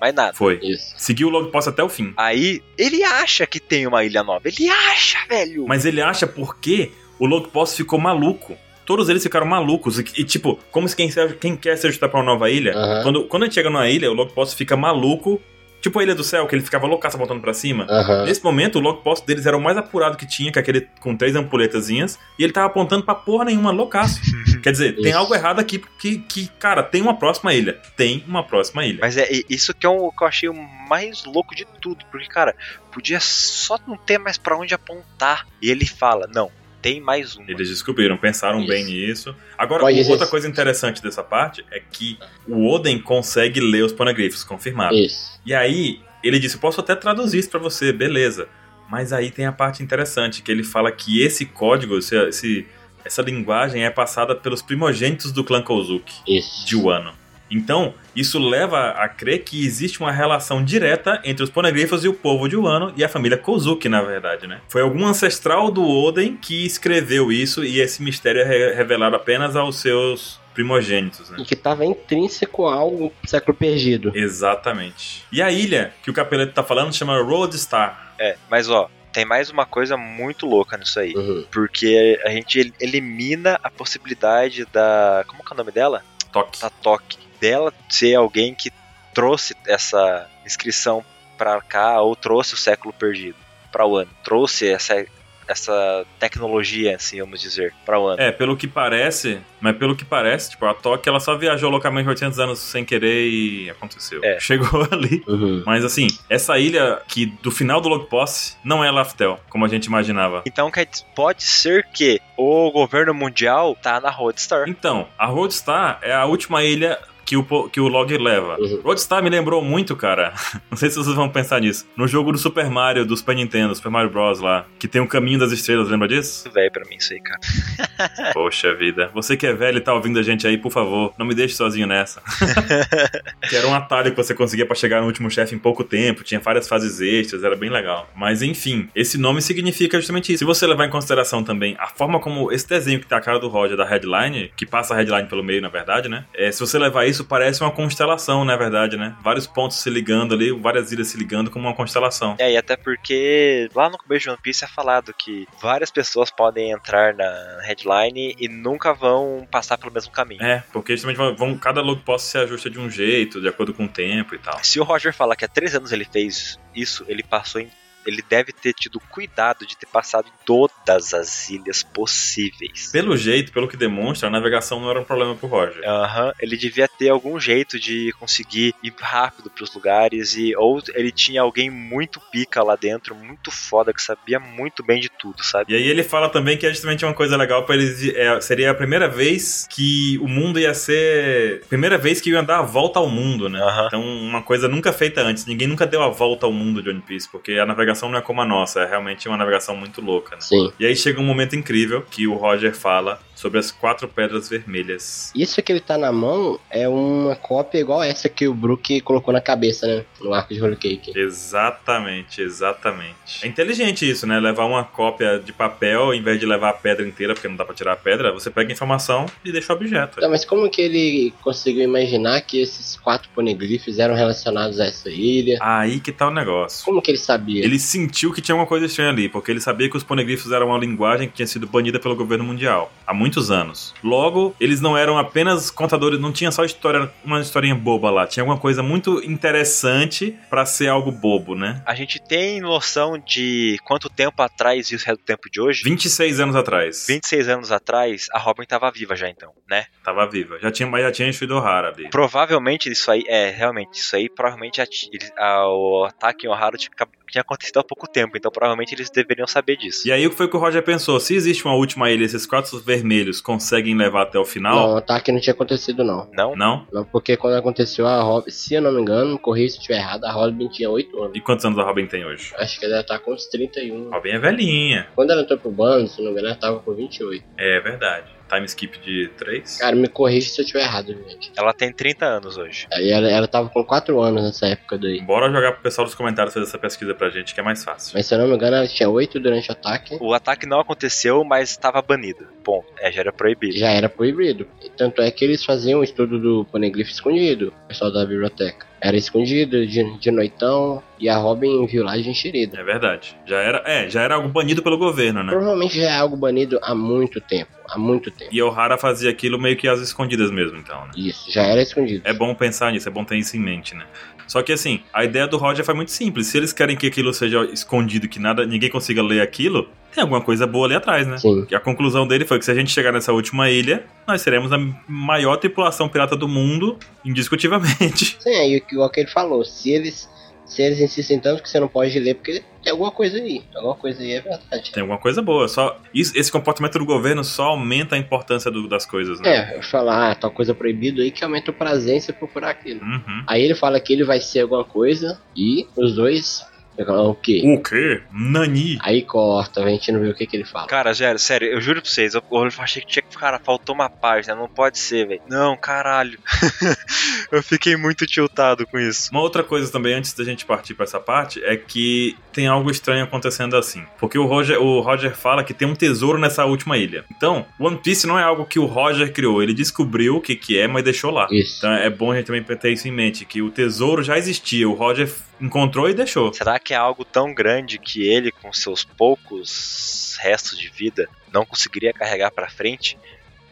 Speaker 2: Mais nada.
Speaker 3: Foi.
Speaker 1: Isso.
Speaker 3: Seguiu o logpost até o fim.
Speaker 2: Aí, ele acha que tem uma ilha nova. Ele acha, velho!
Speaker 3: Mas ele acha porque o logpost ficou maluco. Todos eles ficaram malucos. E, e, tipo, como se quem, se- quem quer se ajudar pra uma nova ilha,
Speaker 1: Aham.
Speaker 3: quando, quando a gente chega numa ilha, o logpost fica maluco. Tipo a Ilha do Céu, que ele ficava loucaço apontando pra cima.
Speaker 1: Aham.
Speaker 3: Nesse momento, o logpost deles era o mais apurado que tinha, que aquele com três ampuletazinhas, e ele tava apontando pra porra nenhuma, loucaço. Quer dizer, tem
Speaker 1: Isso.
Speaker 3: algo errado aqui, porque, que, cara, tem uma próxima ilha. Tem uma próxima ilha.
Speaker 2: Mas é e- isso que, é um, que eu achei o mais louco de tudo, porque, cara, podia só não ter mais pra onde apontar. E ele fala, não, tem mais uma.
Speaker 3: Eles descobriram, pensaram
Speaker 1: Isso.
Speaker 3: bem nisso. Agora,
Speaker 1: Pode
Speaker 3: outra
Speaker 1: ser.
Speaker 3: coisa interessante dessa parte é que o Oden consegue ler os panagrifos, confirmado.
Speaker 1: Isso.
Speaker 3: E aí, ele disse: Posso até traduzir isso pra você, beleza. Mas aí tem a parte interessante, que ele fala que esse código, esse, esse- essa linguagem é passada pelos primogênitos do clã Kozuki,
Speaker 1: Isso.
Speaker 3: de Wano. Então, isso leva a crer que existe uma relação direta entre os ponegrifos e o povo de Wano e a família Kozuki, na verdade, né? Foi algum ancestral do Oden que escreveu isso e esse mistério é re- revelado apenas aos seus primogênitos, né?
Speaker 1: E que tava intrínseco a algo do século perdido.
Speaker 3: Exatamente. E a ilha que o Capeleto tá falando chama Roadstar.
Speaker 2: É, mas ó, tem mais uma coisa muito louca nisso aí.
Speaker 1: Uhum.
Speaker 2: Porque a gente el- elimina a possibilidade da. Como que é o nome dela?
Speaker 3: Toque.
Speaker 2: da Toque dela ser alguém que trouxe essa inscrição pra cá ou trouxe o século perdido pra o ano, trouxe essa essa tecnologia, assim, vamos dizer, pra o ano.
Speaker 3: É, pelo que parece, mas pelo que parece, tipo, a Toque ela só viajou loucamente 800 anos sem querer e aconteceu.
Speaker 2: É.
Speaker 3: Chegou ali.
Speaker 1: Uhum.
Speaker 3: Mas assim, essa ilha que do final do Logpost não é Laftel, como a gente imaginava.
Speaker 2: Então quer dizer, pode ser que o governo mundial tá na Roadstar.
Speaker 3: Então, a Roadstar é a última ilha que o, po- que o Log leva.
Speaker 1: Uhum.
Speaker 3: Roadstar me lembrou muito, cara. Não sei se vocês vão pensar nisso. No jogo do Super Mario, do Super Nintendo, Super Mario Bros. lá, que tem o caminho das estrelas, lembra disso?
Speaker 2: Isso velho pra mim isso aí, cara.
Speaker 3: Poxa vida. Você que é velho e tá ouvindo a gente aí, por favor, não me deixe sozinho nessa. que era um atalho que você conseguia pra chegar no último chefe em pouco tempo, tinha várias fases extras, era bem legal. Mas enfim, esse nome significa justamente isso. Se você levar em consideração também a forma como esse desenho que tá a cara do Roger da headline, que passa a headline pelo meio, na verdade, né? É, se você levar isso, parece uma constelação, na verdade, né? Vários pontos se ligando ali, várias ilhas se ligando como uma constelação.
Speaker 2: É, e até porque lá no começo de One Piece é falado que várias pessoas podem entrar na headline e nunca vão passar pelo mesmo caminho.
Speaker 3: É, porque justamente vão, vão- cada logo posso se ajusta de um jeito, de acordo com o tempo e tal.
Speaker 2: Se o Roger falar que há três anos ele fez isso, ele passou em. Ele deve ter tido cuidado de ter passado em todas as ilhas possíveis.
Speaker 3: Pelo jeito, pelo que demonstra, a navegação não era um problema pro Roger.
Speaker 2: Aham, ele devia ter algum jeito de conseguir ir rápido pros lugares e ou ele tinha alguém muito pica lá dentro, muito foda que sabia muito bem de tudo, sabe?
Speaker 3: E aí ele fala também que é justamente uma coisa legal para eles. é, seria a primeira vez que o mundo ia ser. Primeira vez que ia dar a volta ao mundo, né?
Speaker 2: Aham.
Speaker 3: Então, uma coisa nunca feita antes. Ninguém nunca deu a volta ao mundo de One Piece, porque a navegação não é como a nossa. É realmente uma navegação muito louca, né?
Speaker 1: Sim.
Speaker 3: E aí chega um momento incrível que o Roger fala sobre as quatro pedras vermelhas.
Speaker 1: Isso que ele tá na mão é uma cópia igual essa que o Brook colocou na cabeça, né? No arco de Holy Cake.
Speaker 3: Exatamente, exatamente. É inteligente isso, né? Levar uma cópia de papel em vez de levar a pedra inteira, porque não dá pra tirar a pedra, você pega a informação e deixa o objeto.
Speaker 1: Tá, mas como que ele conseguiu imaginar que esses quatro poneglyphs eram relacionados a essa ilha?
Speaker 3: Aí que tá o negócio.
Speaker 1: Como que ele sabia?
Speaker 3: Ele sentiu que tinha uma coisa estranha ali, porque ele sabia que os ponegrifos eram uma linguagem que tinha sido banida pelo governo mundial há muitos anos. Logo, eles não eram apenas contadores, não tinha só história, uma historinha boba lá, tinha alguma coisa muito interessante pra ser algo bobo, né?
Speaker 2: A gente tem noção de quanto tempo atrás isso é do tempo de hoje?
Speaker 3: 26 anos atrás.
Speaker 2: 26 anos atrás, a Robin tava viva já então, né?
Speaker 3: Tava viva. Já tinha, mas já tinha enchido o rara ali.
Speaker 2: Provavelmente isso aí, é, realmente, isso aí provavelmente ati- eles- a- o ataque em Ohara tinha, acab- tinha acontecido há pouco tempo, então provavelmente eles deveriam saber disso.
Speaker 3: E aí o que foi que o Roger pensou? Se existe uma última ilha, esses quatro vermelhos conseguem levar até o
Speaker 1: Não,
Speaker 3: final?
Speaker 1: o ataque não tinha acontecido, não.
Speaker 2: Não?
Speaker 3: Não?
Speaker 1: Não, porque quando aconteceu a Robin, se eu não me engano, corri se eu estiver errado, a Robin tinha 8 anos.
Speaker 3: E quantos anos a Robin tem hoje?
Speaker 1: Acho que ela deve estar com uns 31.
Speaker 3: Robin é velhinha.
Speaker 1: Quando ela entrou pro bando, se eu não me engano, ela tava com 28.
Speaker 3: É verdade. Time skip de 3?
Speaker 1: Cara, me corrija se eu estiver errado, gente.
Speaker 2: Ela tem 30 anos hoje.
Speaker 1: Aí ela, ela tava com 4 anos nessa época daí.
Speaker 3: Bora jogar pro pessoal dos comentários fazer essa pesquisa pra gente, que é mais fácil.
Speaker 1: Mas se eu não me engano, ela tinha 8 durante o ataque.
Speaker 2: O ataque não aconteceu, mas estava banido. Bom, é, já era proibido.
Speaker 1: Já era proibido. E Tanto é que eles faziam o estudo do Poneglyph escondido, o pessoal da biblioteca. Era escondido, de, de noitão, e a Robin viu lá de enxerida.
Speaker 3: É verdade. Já era, é, já era algo banido pelo governo, né?
Speaker 1: Provavelmente já é algo banido há muito tempo. Há muito tempo.
Speaker 3: E a O'Hara fazia aquilo meio que às escondidas mesmo, então, né?
Speaker 1: Isso, já era escondido.
Speaker 3: É bom pensar nisso, é bom ter isso em mente, né? Só que assim, a ideia do Roger foi muito simples. Se eles querem que aquilo seja escondido, que nada, ninguém consiga ler aquilo, tem alguma coisa boa ali atrás, né?
Speaker 1: Sim.
Speaker 3: E a conclusão dele foi que se a gente chegar nessa última ilha, nós seremos a maior tripulação pirata do mundo, indiscutivelmente.
Speaker 1: Sim, é igual que ele falou. Se eles, se eles insistem tanto que você não pode ler, porque tem alguma coisa aí. Alguma coisa aí é verdade.
Speaker 3: Tem alguma coisa boa. Só isso- esse comportamento do governo só aumenta a importância do- das coisas, né?
Speaker 1: É, eu falar, ah, tá uma coisa proibida aí que aumenta o prazer em você procurar aquilo.
Speaker 3: Uhum.
Speaker 1: Aí ele fala que ele vai ser alguma coisa e os dois falam, o quê?
Speaker 3: O quê? Nani?
Speaker 1: Aí corta, a gente não vê o que, que ele fala.
Speaker 2: Cara, sério, sério, eu juro pra vocês, eu, eu achei que tinha que. Cara, faltou uma página, não pode ser, velho. Não, caralho. eu fiquei muito tiltado com isso.
Speaker 3: Uma outra coisa também, antes da gente partir pra essa parte, é que tem algo estranho acontecendo assim. Porque o Roger, o Roger fala que tem um tesouro nessa última ilha. Então, One Piece não é algo que o Roger criou. Ele descobriu o que, que é, mas deixou lá.
Speaker 1: Isso.
Speaker 3: Então é bom a gente também ter isso em mente, que o tesouro já existia, o Roger encontrou e deixou.
Speaker 2: Será que é algo tão grande que ele, com seus poucos restos de vida, não conseguiria carregar pra frente?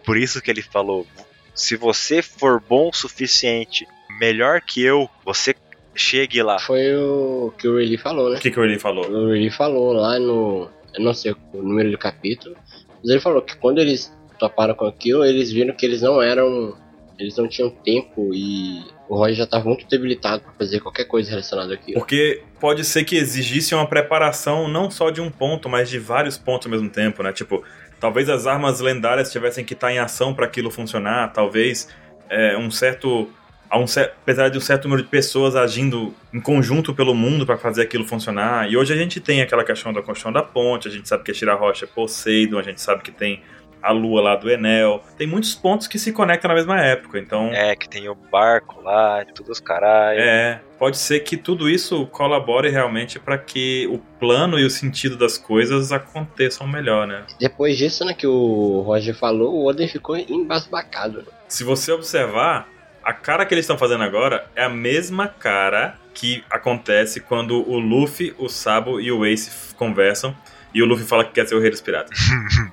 Speaker 2: Por isso que ele falou: se você for bom o suficiente, melhor que eu, você chegue lá.
Speaker 1: Foi o que o Riley falou, né?
Speaker 3: O que, que o Riley falou?
Speaker 1: O Riley falou lá no. Eu não sei o número do capítulo. Mas ele falou que quando eles toparam com aquilo, eles viram que eles não eram. Eles não tinham tempo e o Roger já tava muito debilitado pra fazer qualquer coisa relacionada àquilo.
Speaker 3: Porque pode ser que exigisse uma preparação não só de um ponto, mas de vários pontos ao mesmo tempo, né? Tipo, talvez as armas lendárias tivessem que estar em ação para aquilo funcionar, talvez é, um certo. há um cer- apesar de um certo número de pessoas agindo em conjunto pelo mundo para fazer aquilo funcionar. E hoje a gente tem aquela questão da construção da ponte, a gente sabe que a Shira Rocha é Poseidon, a gente sabe que tem a lua lá do Enel. Tem muitos pontos que se conectam na mesma época, então.
Speaker 2: É, que tem o barco lá, tudo os caralho.
Speaker 3: É, pode ser que tudo isso colabore realmente para que o plano e o sentido das coisas aconteçam melhor, né?
Speaker 1: Depois disso, né, que o Roger falou, o Oden ficou embasbacado. né?
Speaker 3: Se você observar, a cara que eles estão fazendo agora é a mesma cara que acontece quando o Luffy, o Sabo e o Ace f- conversam e o Luffy fala que quer ser o rei dos piratas.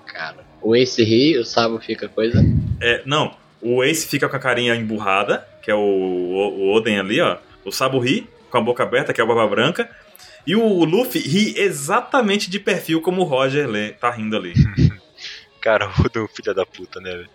Speaker 1: Cara. O Ace ri, o Sabo fica coisa.
Speaker 3: É, não, o Ace fica com a carinha emburrada, que é o, o, o Oden ali, ó. O Sabo ri com a boca aberta, que é a Barba Branca. E o, o Luffy ri exatamente de perfil como o Roger lê, tá rindo ali.
Speaker 2: Cara, o Odo é um filho da puta, né, velho?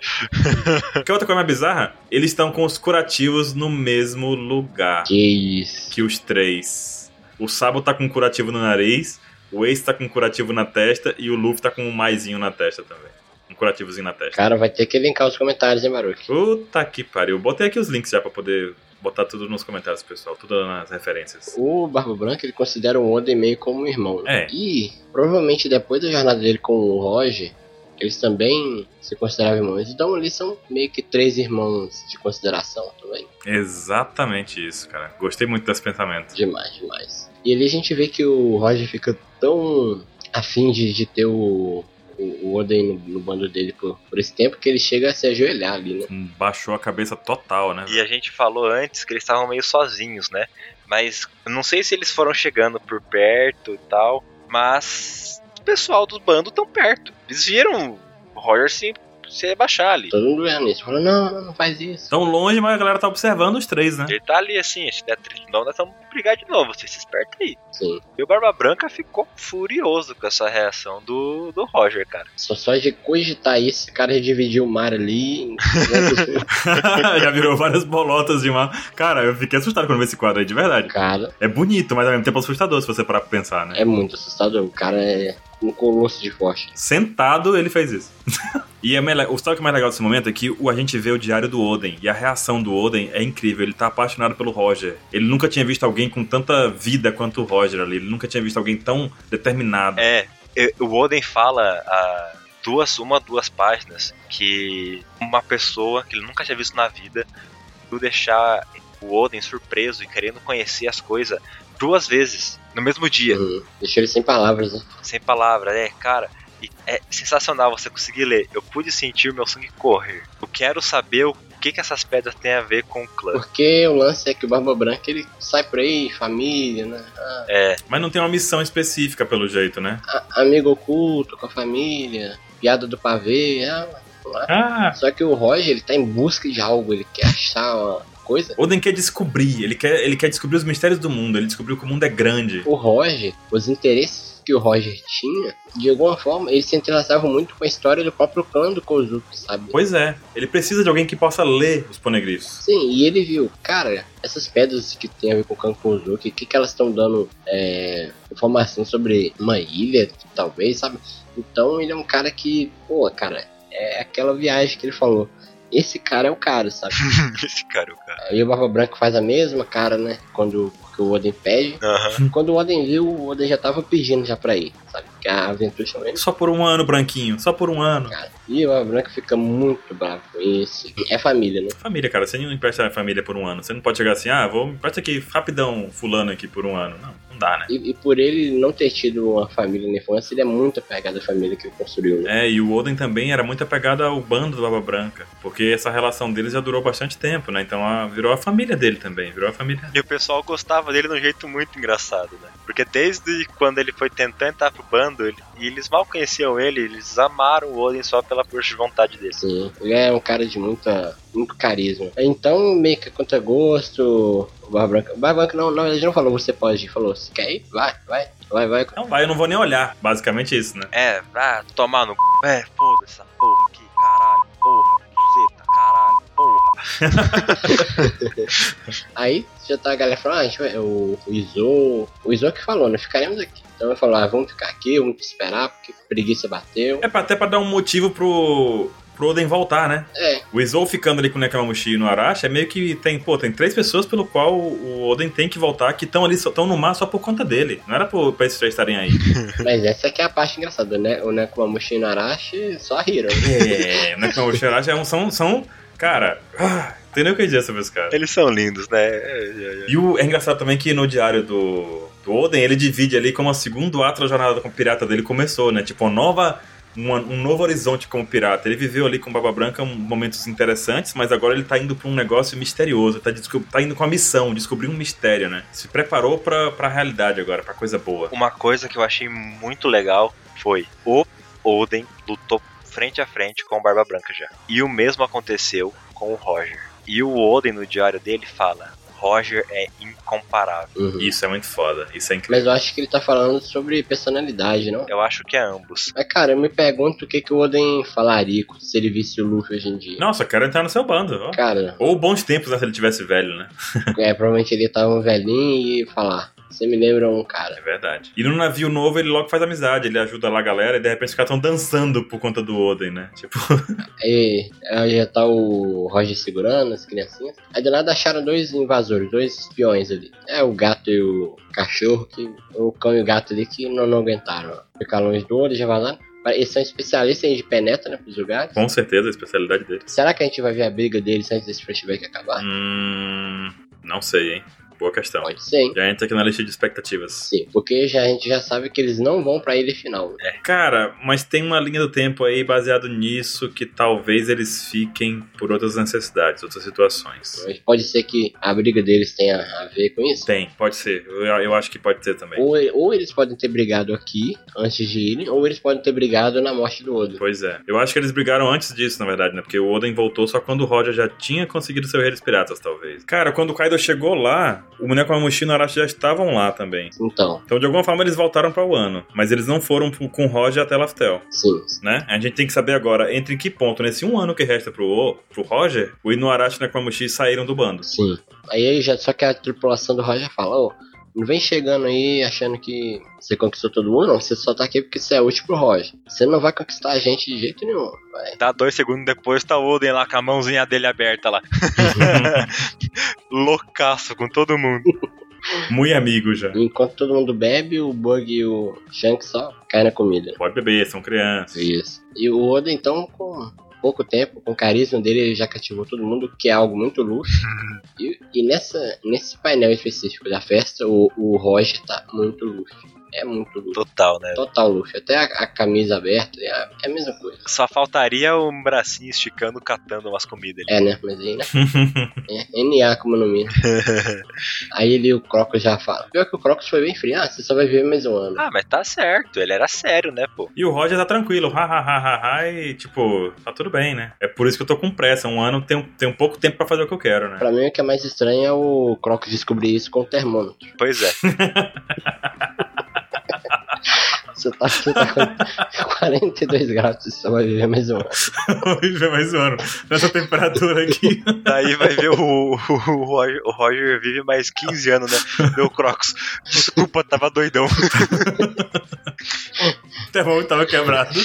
Speaker 3: Que outra coisa mais bizarra? Eles estão com os curativos no mesmo lugar
Speaker 1: Que isso.
Speaker 3: que os três. O Sabo tá com um curativo no nariz, o Ace tá com um curativo na testa e o Luffy tá com um maisinho na testa também. Um curativozinho na testa.
Speaker 1: Cara, vai ter que linkar os comentários, hein, Baruch?
Speaker 3: Puta que pariu. Botei aqui os links já pra poder botar tudo nos comentários, pessoal. Tudo nas referências.
Speaker 1: O Barba Branca, ele considera o Oden meio como um irmão. né?
Speaker 3: É.
Speaker 1: E provavelmente depois da jornada dele com o Roger, eles também se consideravam irmãos. Então eles são meio que três irmãos de consideração também.
Speaker 3: Exatamente isso, cara. Gostei muito desse pensamento.
Speaker 1: Demais, demais. E ali a gente vê que o Roger fica tão afim de, de ter o, o, o Oden no, no bando dele por, por esse tempo que ele chega a se ajoelhar ali, né?
Speaker 3: Hum. Baixou a cabeça total, né?
Speaker 2: E a gente falou antes que eles estavam meio sozinhos, né? Mas eu não sei se eles foram chegando por perto e tal, mas o pessoal do bando tão perto. Eles viram o Roger se você baixar ali.
Speaker 1: Todo mundo vendo isso. Fala, não, não, não faz isso.
Speaker 3: Tão longe, mas a galera tá observando os três, né?
Speaker 2: Ele tá ali assim, se der três, não, nós vamos brigar de novo, você se esperta aí.
Speaker 1: Sim.
Speaker 2: E o Barba Branca ficou furioso com essa reação do, do Roger, cara.
Speaker 1: Só, só de cogitar isso, o cara dividiu o mar ali.
Speaker 3: Já virou várias bolotas de mar. Cara, eu fiquei assustado quando vi esse quadro aí, de verdade.
Speaker 1: cara,
Speaker 3: É bonito, mas ao mesmo tempo assustador se você parar pra pensar, né?
Speaker 1: é muito assustador. O cara é um colosso de forte.
Speaker 3: Sentado, ele fez isso. e é mais le- o sabe o que é mais legal desse momento é que o- a gente vê o diário do Oden. E a reação do Oden é incrível. Ele tá apaixonado pelo Roger. Ele nunca tinha visto alguém com tanta vida quanto o Roger ali. Ele nunca tinha visto alguém tão determinado.
Speaker 2: É, e- o Oden fala a duas, uma duas páginas que uma pessoa que ele nunca tinha visto na vida o deixar o Oden surpreso e querendo conhecer as coisas duas vezes no mesmo dia,
Speaker 1: Uhum. Deixa ele sem palavras, né?
Speaker 2: sem palavra, é, cara. e É sensacional você conseguir ler. Eu pude sentir meu sangue correr. Eu quero saber o que, que essas pedras têm a ver com o clã.
Speaker 1: Porque o lance é que o Barba Branca ele sai por aí, família, né?
Speaker 2: É,
Speaker 3: Mas não tem uma missão específica, pelo jeito, né?
Speaker 1: A- amigo oculto com a família, piada do pavê, ah,
Speaker 3: Ah!
Speaker 1: Só que o Roger, ele tá em busca de algo, ele quer achar uma coisa.
Speaker 3: Oden quer descobrir. Ele quer, ele quer descobrir os mistérios do mundo. Ele descobriu que o mundo é grande.
Speaker 1: O Roger, os interesses que o Roger tinha, de alguma forma, eles se entrelaçavam muito com a história do próprio clã do Kozuki, sabe?
Speaker 3: Pois é. Ele precisa de alguém que possa ler os ponegrifos.
Speaker 1: Sim, e ele viu, cara, essas pedras que tem a ver com o clã Kozuki, o que, que elas estão dando é, informação sobre uma ilha, talvez, sabe? Então ele é um cara que, pô, cara, é aquela viagem que ele falou. Esse cara é o cara, sabe?
Speaker 2: esse cara, é o cara.
Speaker 1: Aí o Barba Branca faz a mesma cara, né? Quando porque o Oden pede.
Speaker 2: Aham.
Speaker 1: Quando o Oden viu, o Oden já tava pedindo já pra ir, sabe? Porque a aventura chamou ele.
Speaker 3: Só por um ano, Branquinho. Só por um ano.
Speaker 1: Cara, e o Barba Branca fica muito bravo com isso. É família, né?
Speaker 3: Família, cara, você não empresta a família por um ano. Você não pode chegar assim, ah, vou empresta aqui rapidão fulano aqui por um ano. Não, não dá, né?
Speaker 1: E, e por ele não ter tido uma família na infância, ele é muito apegado à família que ele construiu, né?
Speaker 3: É, e o Oden também era muito apegado ao bando do Barba Branca, porque essa relação deles já durou bastante tempo, né? Então a- virou a família dele também, virou a família.
Speaker 2: E o pessoal gostava dele de um jeito muito engraçado, né? Porque desde quando ele foi tentando entrar pro bando, ele- e eles mal conheciam ele, eles amaram o Odin só pela força de vontade dele.
Speaker 1: Sim, ele é um cara de muita, muito carisma. Então, meio que conta gosto, o Barba Branca... O Barba Branca não, não, ele não falou você pode ir, falou, você quer ir? Vai, vai, vai, vai.
Speaker 3: Então vai, eu não vou nem olhar. Basicamente isso, né?
Speaker 2: É, ah, tomar no c... É, foda essa porra aqui, caralho, porra, buceta, caralho, porra.
Speaker 1: Aí já tá a galera falando, ah, a gente vai- o, o Izo, o Izo que falou, né? Ficaremos aqui. Então eu falo, ah, vamos ficar aqui, vamos esperar, porque preguiça bateu.
Speaker 3: É pra- até pra dar um motivo pro, pro Oden voltar, né?
Speaker 1: É,
Speaker 3: O Izou ficando ali com o Nekamamushi e no Arashi é meio que tem, pô, tem três pessoas pelo qual o Oden tem que voltar, que estão ali, estão no mar só por conta dele. Não era pro- pra esses três estarem aí.
Speaker 1: mas essa aqui é a parte engraçada, né? O Nekomamushi e o Narashi só riram.
Speaker 3: É, né? Não, o Shirashi é um, são, são. Cara, ah, tem nem o que dizer sobre esse cara.
Speaker 2: Eles são lindos, né? É, é, é.
Speaker 3: E o, é engraçado também que no diário do, do Oden, ele divide ali como o segundo ato da jornada com o pirata dele começou, né? Tipo, uma nova. uma- um novo horizonte como pirata. Ele viveu ali com o Baba Branca um- momentos interessantes, mas agora ele tá indo pra um negócio misterioso. Tá, desco- tá indo com a missão, descobrir um mistério, né? Se preparou pra, pra realidade agora, pra coisa boa.
Speaker 2: Uma coisa que eu achei muito legal foi o Odin lutou frente a frente com o Barba Branca já. E o mesmo aconteceu com o Roger. E o Odin no diário dele fala: Roger é incomparável.
Speaker 1: Uhum.
Speaker 3: Isso é muito foda, isso é incrível.
Speaker 1: Mas eu acho que ele tá falando sobre personalidade, não?
Speaker 2: Eu acho que é ambos.
Speaker 1: Mas, cara, eu me pergunto o que, que o Oden falaria se ele visse o Luffy hoje em dia.
Speaker 3: Nossa, quero entrar no seu bando. ó.
Speaker 1: Cara,
Speaker 3: Ou bons tempos, né, se ele tivesse velho, né?
Speaker 1: é, provavelmente ele tava um velhinho e falar, você me lembra um cara.
Speaker 3: É verdade. E no navio novo ele logo faz amizade, ele ajuda lá a galera e de repente os caras estão dançando por conta do Oden, né? Tipo,
Speaker 1: Aí, aí já tá o Roger segurando as criancinhas. Aí do nada acharam dois invasores, dois espiões ali. É o gato e o cachorro, que o cão e o gato ali que não, não aguentaram. ó. Ficar longe do olho, já vazaram. Mas Eles são especialistas em de penetra, né, pros lugares.
Speaker 3: com certeza a especialidade deles.
Speaker 1: Será que a gente vai ver a briga deles antes desse flashback acabar?
Speaker 3: Hum. Não sei, hein? Boa questão.
Speaker 1: Pode ser, hein?
Speaker 3: Já entra aqui na lista de expectativas.
Speaker 1: Sim, porque já, a gente já sabe que eles não vão pra ilha final.
Speaker 3: É. Cara, mas tem uma linha do tempo aí baseado nisso que talvez eles fiquem por outras necessidades, outras situações.
Speaker 1: Mas Pode ser que a briga deles tenha a ver com isso.
Speaker 3: Tem, pode ser. Eu, eu acho que pode ser também.
Speaker 1: Ou, e- ou eles podem ter brigado aqui, antes de irem, ou eles podem ter brigado na morte do Odo.
Speaker 3: Pois é. Eu acho que eles brigaram antes disso, na verdade, né? Porque o Oden voltou só quando o Roger já tinha conseguido seu Rei dos Piratas, talvez. Cara, quando o Kaido chegou lá, o Muneco Mamushi e o Narashi já estavam lá também.
Speaker 1: Então,
Speaker 3: Então, de alguma forma, eles voltaram pra Wano. Mas eles não foram pro- com o Roger até Laftel,
Speaker 1: sim.
Speaker 3: né? A gente tem que saber agora entre que ponto, nesse um ano que resta pro, o, pro Roger, o Inuarashi e o Nekomamushi saíram do bando.
Speaker 1: Sim. Aí ele já, só que a tripulação do Roger fala, ô, não vem chegando aí achando que você conquistou todo mundo, não. Você só tá aqui porque você é útil pro Roger. Você não vai conquistar a gente de jeito nenhum. Vai.
Speaker 2: Dá dois segundos depois, tá o Oden lá com a mãozinha dele aberta lá. Loucaço com todo mundo.
Speaker 3: Muito amigo já.
Speaker 1: Enquanto todo mundo bebe, o Bug e o Shanks só caem na comida.
Speaker 3: Pode beber, são crianças.
Speaker 1: É Isso. E o Oda, então, com pouco tempo, com o carisma dele, ele já cativou todo mundo, que é algo muito luxo. E, e nessa, nesse painel específico da festa, o, o Roger tá muito luxo. É muito luxo.
Speaker 2: Total, né?
Speaker 1: Total luxo. Até a, a camisa aberta é a, é a mesma coisa.
Speaker 2: Só faltaria um bracinho esticando, catando umas comidas ali.
Speaker 1: É, né? Mas aí, né? É, NA como no mínimo. aí ele o Crocus já fala. Pior que o Crocus foi bem frio. Ah, você só vai viver mais um ano.
Speaker 2: Ah, mas tá certo, ele era sério, né, pô?
Speaker 3: E o Roger tá tranquilo, ha, ha, ha, ha, ha, e tipo, tá tudo bem, né? É por isso que eu tô com pressa. Um ano tem, tem um pouco tempo pra fazer o que eu quero, né?
Speaker 1: Pra mim o que é mais estranho é o Crocus descobrir isso com o termômetro.
Speaker 2: Pois é.
Speaker 1: Você tá, você tá com 42 graus, você só vai viver mais um ano.
Speaker 3: Vou viver mais um ano nessa temperatura aqui.
Speaker 2: Daí vai ver o, o, o Roger, o Roger vive mais 15 anos, né? Meu Crocs. Desculpa, tava doidão.
Speaker 3: O termômetro tava quebrado.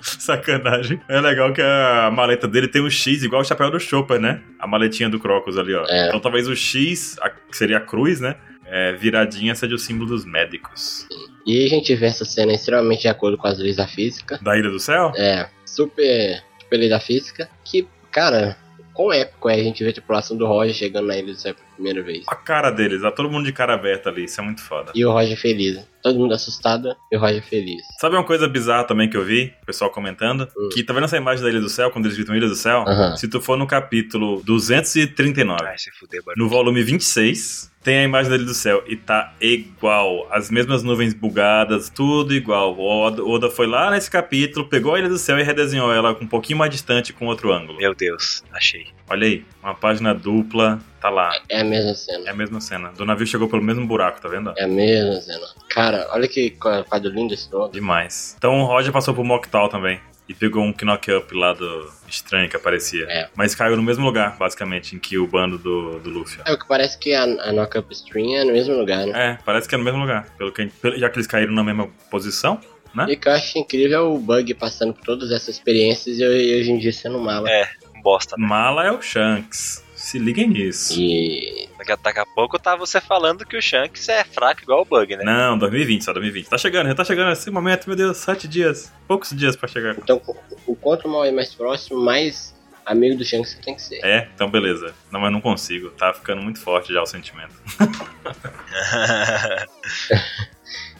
Speaker 3: Sacanagem. É legal que a maleta dele tem um X igual o chapéu do Chopper, né? A maletinha do Crocus ali, ó.
Speaker 1: É.
Speaker 3: Então talvez o X, a- que seria a cruz, né? É, viradinha seja o símbolo dos médicos.
Speaker 1: E a gente vê essa cena extremamente de acordo com as leis da física.
Speaker 3: Da Ilha do Céu?
Speaker 1: É, super, super lei da física. Que, cara, quão épico é a gente ver a tripulação do Roger chegando na ilha do céu pela primeira vez.
Speaker 3: A cara deles, tá todo mundo de cara aberta ali, isso é muito foda.
Speaker 1: E o Roger feliz. Todo mundo assustado e o Roger feliz.
Speaker 3: Sabe uma coisa bizarra também que eu vi, o pessoal comentando?
Speaker 1: Hum.
Speaker 3: Que tá vendo essa imagem da Ilha do Céu, quando eles gritam Ilha do Céu?
Speaker 1: Aham.
Speaker 3: Se tu for no capítulo 239,
Speaker 2: Ai, Ah, se fuder, mano.
Speaker 3: no volume 26, tem a imagem da Ilha do Céu e tá igual. As mesmas nuvens bugadas, tudo igual. O Oda- o Oda foi lá nesse capítulo, pegou a Ilha do Céu e redesenhou ela com um pouquinho mais distante com outro ângulo.
Speaker 2: Meu Deus, achei.
Speaker 3: Olha aí, uma página dupla, tá lá.
Speaker 1: É a mesma cena.
Speaker 3: É a mesma cena. Do navio chegou pelo mesmo buraco, tá vendo?
Speaker 1: É a mesma cena. Cara, olha que qua- quadro lindo esse nome.
Speaker 3: Demais. Então o Roger passou pro Moctal também. E pegou um knock-up lá do estranho que aparecia.
Speaker 1: É.
Speaker 3: Mas caiu no mesmo lugar, basicamente, em que o bando do, do Luffy.
Speaker 1: É o que parece que a, a Knock Up Stream é no mesmo lugar, né?
Speaker 3: É, parece que é no mesmo lugar. Pelo que, pelo- já que eles caíram na mesma posição. É.
Speaker 1: E o que eu acho incrível é o Bug passando por todas essas experiências e e hoje em dia sendo um mala.
Speaker 2: É. Bosta, né?
Speaker 3: Mala é o Shanks. Se liguem nisso.
Speaker 1: E
Speaker 2: Daqui a- Daqui a pouco tá você falando que o Shanks é fraco igual o Bug, né?
Speaker 3: Não, 2020, só 2020. Tá chegando, já tá chegando esse momento, meu Deus, sete dias. Poucos dias pra chegar.
Speaker 1: Então, o quanto o mal é mais próximo, mais amigo do Shanks você tem que ser.
Speaker 3: É, então beleza. Não, mas não consigo. Tá ficando muito forte já o sentimento.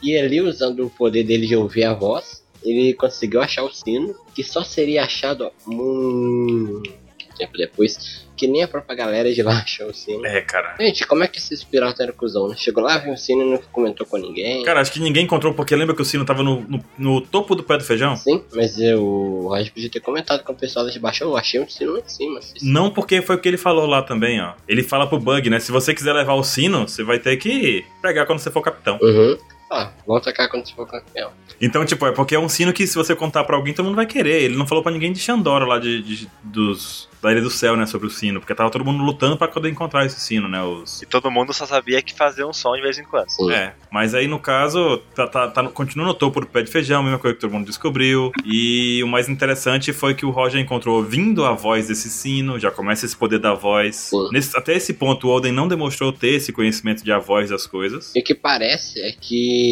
Speaker 1: E ali, usando o poder dele de ouvir a voz, ele conseguiu achar o sino, que só seria achado ó, muito tempo depois, que nem a própria galera de lá achou o sino.
Speaker 3: É, cara.
Speaker 1: Gente, como é que esses piratas eram cuzão, né? Chegou lá, viu o sino e não comentou com ninguém.
Speaker 3: Cara, acho que ninguém encontrou, porque lembra que o sino tava no, no- no topo do pé do feijão?
Speaker 1: Sim, mas eu, o Roger podia ter comentado com o pessoal lá de baixo, eu achei um sino lá em cima. vocês-
Speaker 3: Não, porque foi o que ele falou lá também, ó. Ele fala pro Bug, né? Se você quiser levar o sino, você vai ter que pegar quando você for capitão.
Speaker 1: Uhum. Ah, volta cá quando você for campeão.
Speaker 3: Então, tipo, é porque é um sino que se você contar pra alguém, todo mundo vai querer. Ele não falou pra ninguém de Xandora lá de, de- dos, da Ilha do Céu, né? Sobre o sino. Porque tava todo mundo lutando pra poder encontrar esse sino, né? Os...
Speaker 2: E todo mundo só sabia que fazia um som de vez em quando.
Speaker 1: Sim.
Speaker 3: É, mas aí no caso, tá, tá, tá no- continua no topo do pé de feijão, a mesma coisa que todo mundo descobriu. E o mais interessante foi que o Roger encontrou ouvindo a voz desse sino, já começa esse poder da voz.
Speaker 1: Sim.
Speaker 3: Nesse- até esse ponto, o Oden não demonstrou ter esse conhecimento de a voz das coisas.
Speaker 1: E o que parece é que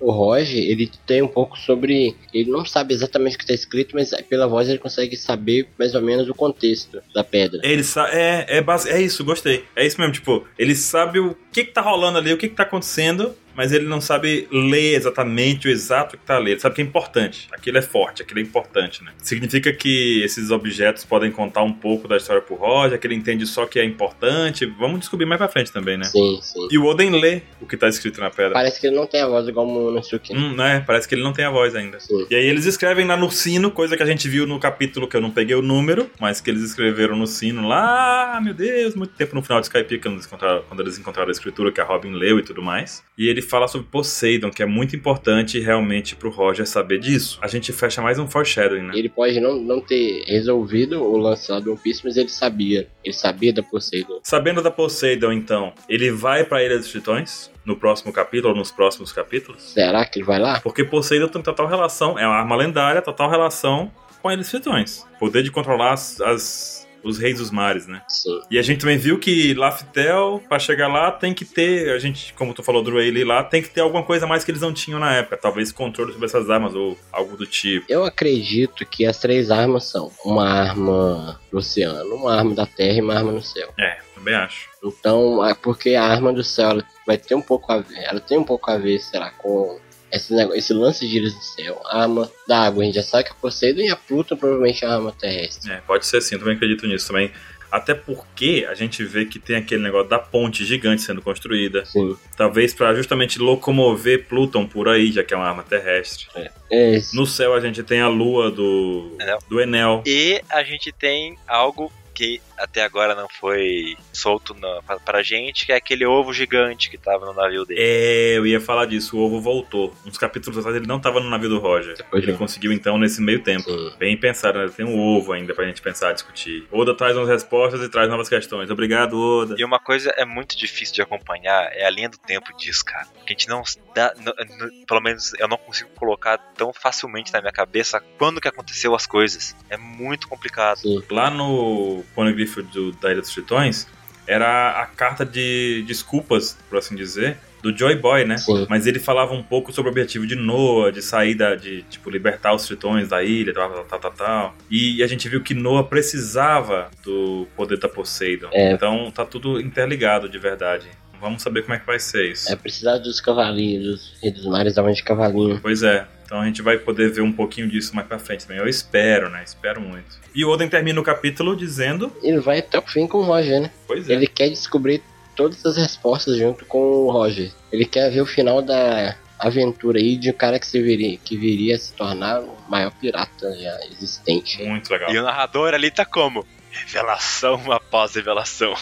Speaker 1: o Roger, ele tem um pouco sobre. Ele não sabe exatamente o que tá escrito, mas pela voz ele consegue saber mais ou menos o contexto. dentro da pedra.
Speaker 3: Ele sa- é, é, base- é isso, gostei. É isso mesmo, tipo, ele sabe o que, que tá rolando ali, o que, que tá acontecendo, mas ele não sabe ler exatamente o exato que tá ali. Ele sabe que é importante. Aquilo é forte, aquilo é importante, né? Significa que esses objetos podem contar um pouco da história pro Roger, que ele entende só que é importante. Vamos descobrir mais pra frente também, né?
Speaker 1: Sim, sim.
Speaker 3: E o Oden lê o que tá escrito na pedra.
Speaker 1: Parece que ele não tem a voz igual o Momonosuke. né?
Speaker 3: Hum, né? Parece que ele não tem a voz ainda.
Speaker 1: Sim.
Speaker 3: E aí eles escrevem lá no sino, coisa que a gente viu no capítulo que eu não peguei o número, mas que eles escreveram no sino lá, ah, meu Deus, muito tempo no final de Skype quando eles encontraram, quando eles encontraram a escritura que a Robin leu e tudo mais. E ele fala sobre Poseidon, que é muito importante realmente pro Roger saber disso. A gente fecha mais um foreshadowing, né?
Speaker 1: Ele pode não, não ter resolvido o lance lá do One Piece, mas ele sabia. Ele sabia da Poseidon.
Speaker 3: Sabendo da Poseidon, então, ele vai pra Ilha dos Tritões no próximo capítulo ou nos próximos capítulos?
Speaker 1: Será que ele vai lá?
Speaker 3: Porque Poseidon tem total relação, é uma arma lendária, total relação com eles tritões. Poder de controlar as- as- os reis dos mares, né?
Speaker 1: Sim.
Speaker 3: E a gente também viu que Laftel, pra chegar lá, tem que ter, a gente, como tu falou, Drueli lá, tem que ter alguma coisa a mais que eles não tinham na época. Talvez controle sobre essas armas ou algo do tipo.
Speaker 1: Eu acredito que as três armas são uma arma do oceano, uma arma da terra e uma arma no céu.
Speaker 3: É, também acho.
Speaker 1: Então, é porque a arma do céu ela vai ter um pouco a ver, ela tem um pouco a ver, sei lá, com esse, nego- esse lance de ilhas do céu. A arma da água, a gente já sabe que a Poseidon e a Pluton provavelmente é a arma terrestre.
Speaker 3: É, pode ser sim, eu também acredito nisso também. Até porque a gente vê que tem aquele negócio da ponte gigante sendo construída.
Speaker 1: Sim.
Speaker 3: Talvez pra justamente locomover Pluton por aí, já que é uma arma terrestre.
Speaker 1: É isso.
Speaker 3: No céu a gente tem a lua do.
Speaker 2: Enel.
Speaker 3: do Enel.
Speaker 2: E a gente tem algo que até agora não foi solto na, pra, pra gente, que é aquele ovo gigante que tava no navio dele.
Speaker 3: É, eu ia falar disso, o ovo voltou. Uns capítulos atrás ele não tava no navio do Roger.
Speaker 1: Pois
Speaker 3: Ele
Speaker 1: não.
Speaker 3: conseguiu então nesse meio tempo.
Speaker 1: Sim.
Speaker 3: Bem pensado, né? Tem um ovo ainda pra gente pensar, discutir. Oda traz umas respostas e traz novas questões. Obrigado, Oda.
Speaker 2: E uma coisa é muito difícil de acompanhar é a linha do tempo disso, cara. Que a gente não dá, n- n- pelo menos eu não consigo colocar tão facilmente na minha cabeça quando que aconteceu as coisas. É muito complicado.
Speaker 3: Lá no Poneglyph do, da Ilha dos Tritões, era a carta de desculpas, por assim dizer, do Joy Boy, né?
Speaker 1: Sim.
Speaker 3: Mas ele falava um pouco sobre o objetivo de Noah, de sair da, de, tipo, libertar os tritões da ilha, tal, tal, tal, tal, tal. E a gente viu que Noah precisava do poder da Poseidon.
Speaker 1: É.
Speaker 3: Então tá tudo interligado de verdade. Vamos saber como é que vai ser isso.
Speaker 1: É precisar dos cavalinhos, e dos mares da mãe de cavalinho.
Speaker 3: Pois é. Então a gente vai poder ver um pouquinho disso mais pra frente também. Eu espero, né? Espero muito. E o Oden termina o capítulo dizendo...
Speaker 1: Ele vai até o fim com o Roger, né?
Speaker 3: Pois é.
Speaker 1: Ele quer descobrir todas as respostas junto com o Roger. Ele quer ver o final da aventura aí de um cara que, se viria, que viria a se tornar o maior pirata já existente.
Speaker 3: Muito legal.
Speaker 2: E o narrador ali tá como? Revelação após revelação.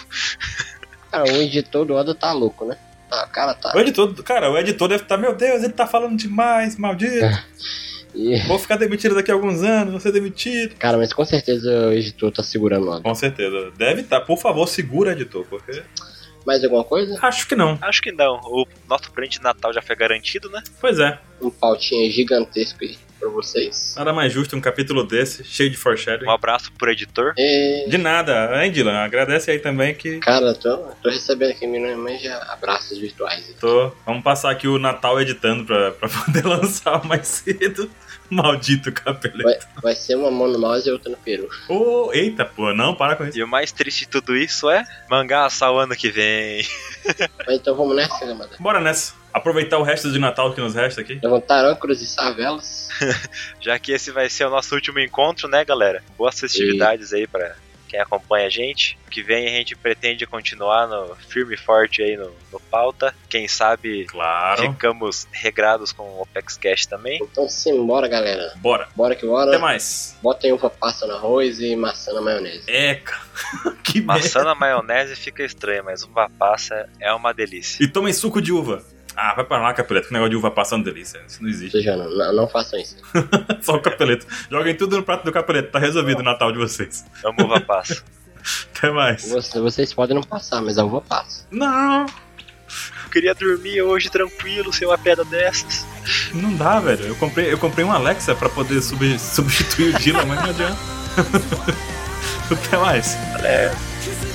Speaker 1: Cara, o editor do Oda tá louco, né? Tá, o cara tá.
Speaker 3: O editor, cara, o editor deve estar, meu Deus, ele tá falando demais, maldito.
Speaker 1: É. E-
Speaker 3: Vou ficar demitido daqui a alguns anos, vou ser demitido.
Speaker 1: Cara, mas com certeza o editor tá segurando o Oda.
Speaker 3: Com certeza. Deve estar. Por favor, segura, editor, porque.
Speaker 1: Mais alguma coisa?
Speaker 3: Acho que não.
Speaker 2: Acho que não. O nosso prêmio de Natal já foi garantido, né?
Speaker 3: Pois é.
Speaker 1: Um pautinha gigantesco aí pra vocês.
Speaker 3: Nada mais justo um capítulo desse, cheio de
Speaker 2: Um
Speaker 3: foreshadowing.
Speaker 2: abraço pro editor.
Speaker 1: E...
Speaker 3: De nada, hein, Dylan? Agradece aí também que.
Speaker 1: Cara, tô, tô recebendo aqui minha mãe já abraços virtuais. aqui.
Speaker 3: Tô... Vamos passar aqui o Natal editando pra, pra poder lançar mais cedo. Maldito capeleto.
Speaker 1: Vai, vai ser uma mão no mouse e outra no peru.
Speaker 3: Ô, eita, pô, não, para com isso.
Speaker 2: E o mais triste de tudo isso é mangá só o ano que vem.
Speaker 1: Mas então vamos nessa, Gamada.
Speaker 3: Bora nessa. Aproveitar o resto de Natal que nos resta aqui.
Speaker 1: Levantar âncoras e savelas.
Speaker 2: Já que esse vai ser o nosso último encontro, né, galera? Boas festividades aí pra quem acompanha a gente. Que vem a gente pretende continuar no firme e forte aí no, no pauta. Quem sabe
Speaker 3: Claro.
Speaker 2: ficamos regrados com o Opex Cash também.
Speaker 1: Então simbora, galera.
Speaker 3: Bora.
Speaker 1: Bora que
Speaker 3: Até
Speaker 1: bora.
Speaker 3: mais.
Speaker 1: Botem uva passa no arroz e maçã na maionese.
Speaker 3: Eca. que merda.
Speaker 2: Maçã na maionese fica estranho, mas uva passa é uma delícia.
Speaker 3: E tomem suco de uva. Ah, vai pra lá, capeleto. Que negócio de uva passando delícia. Isso não existe.
Speaker 1: Ou seja, não, não, não façam isso.
Speaker 3: Só o capeleto. Joguem tudo no prato do capeleto. Tá resolvido o Natal de vocês.
Speaker 2: Amo uva passa.
Speaker 3: Até mais.
Speaker 1: Você- Vocês podem não passar, mas a uva passa.
Speaker 3: Não,
Speaker 2: queria dormir hoje tranquilo, sem uma pedra dessas.
Speaker 3: não dá, velho. Eu comprei, eu comprei um Alexa pra poder sub- substituir o Dylan, mas não adianta. Até mais.
Speaker 4: Cause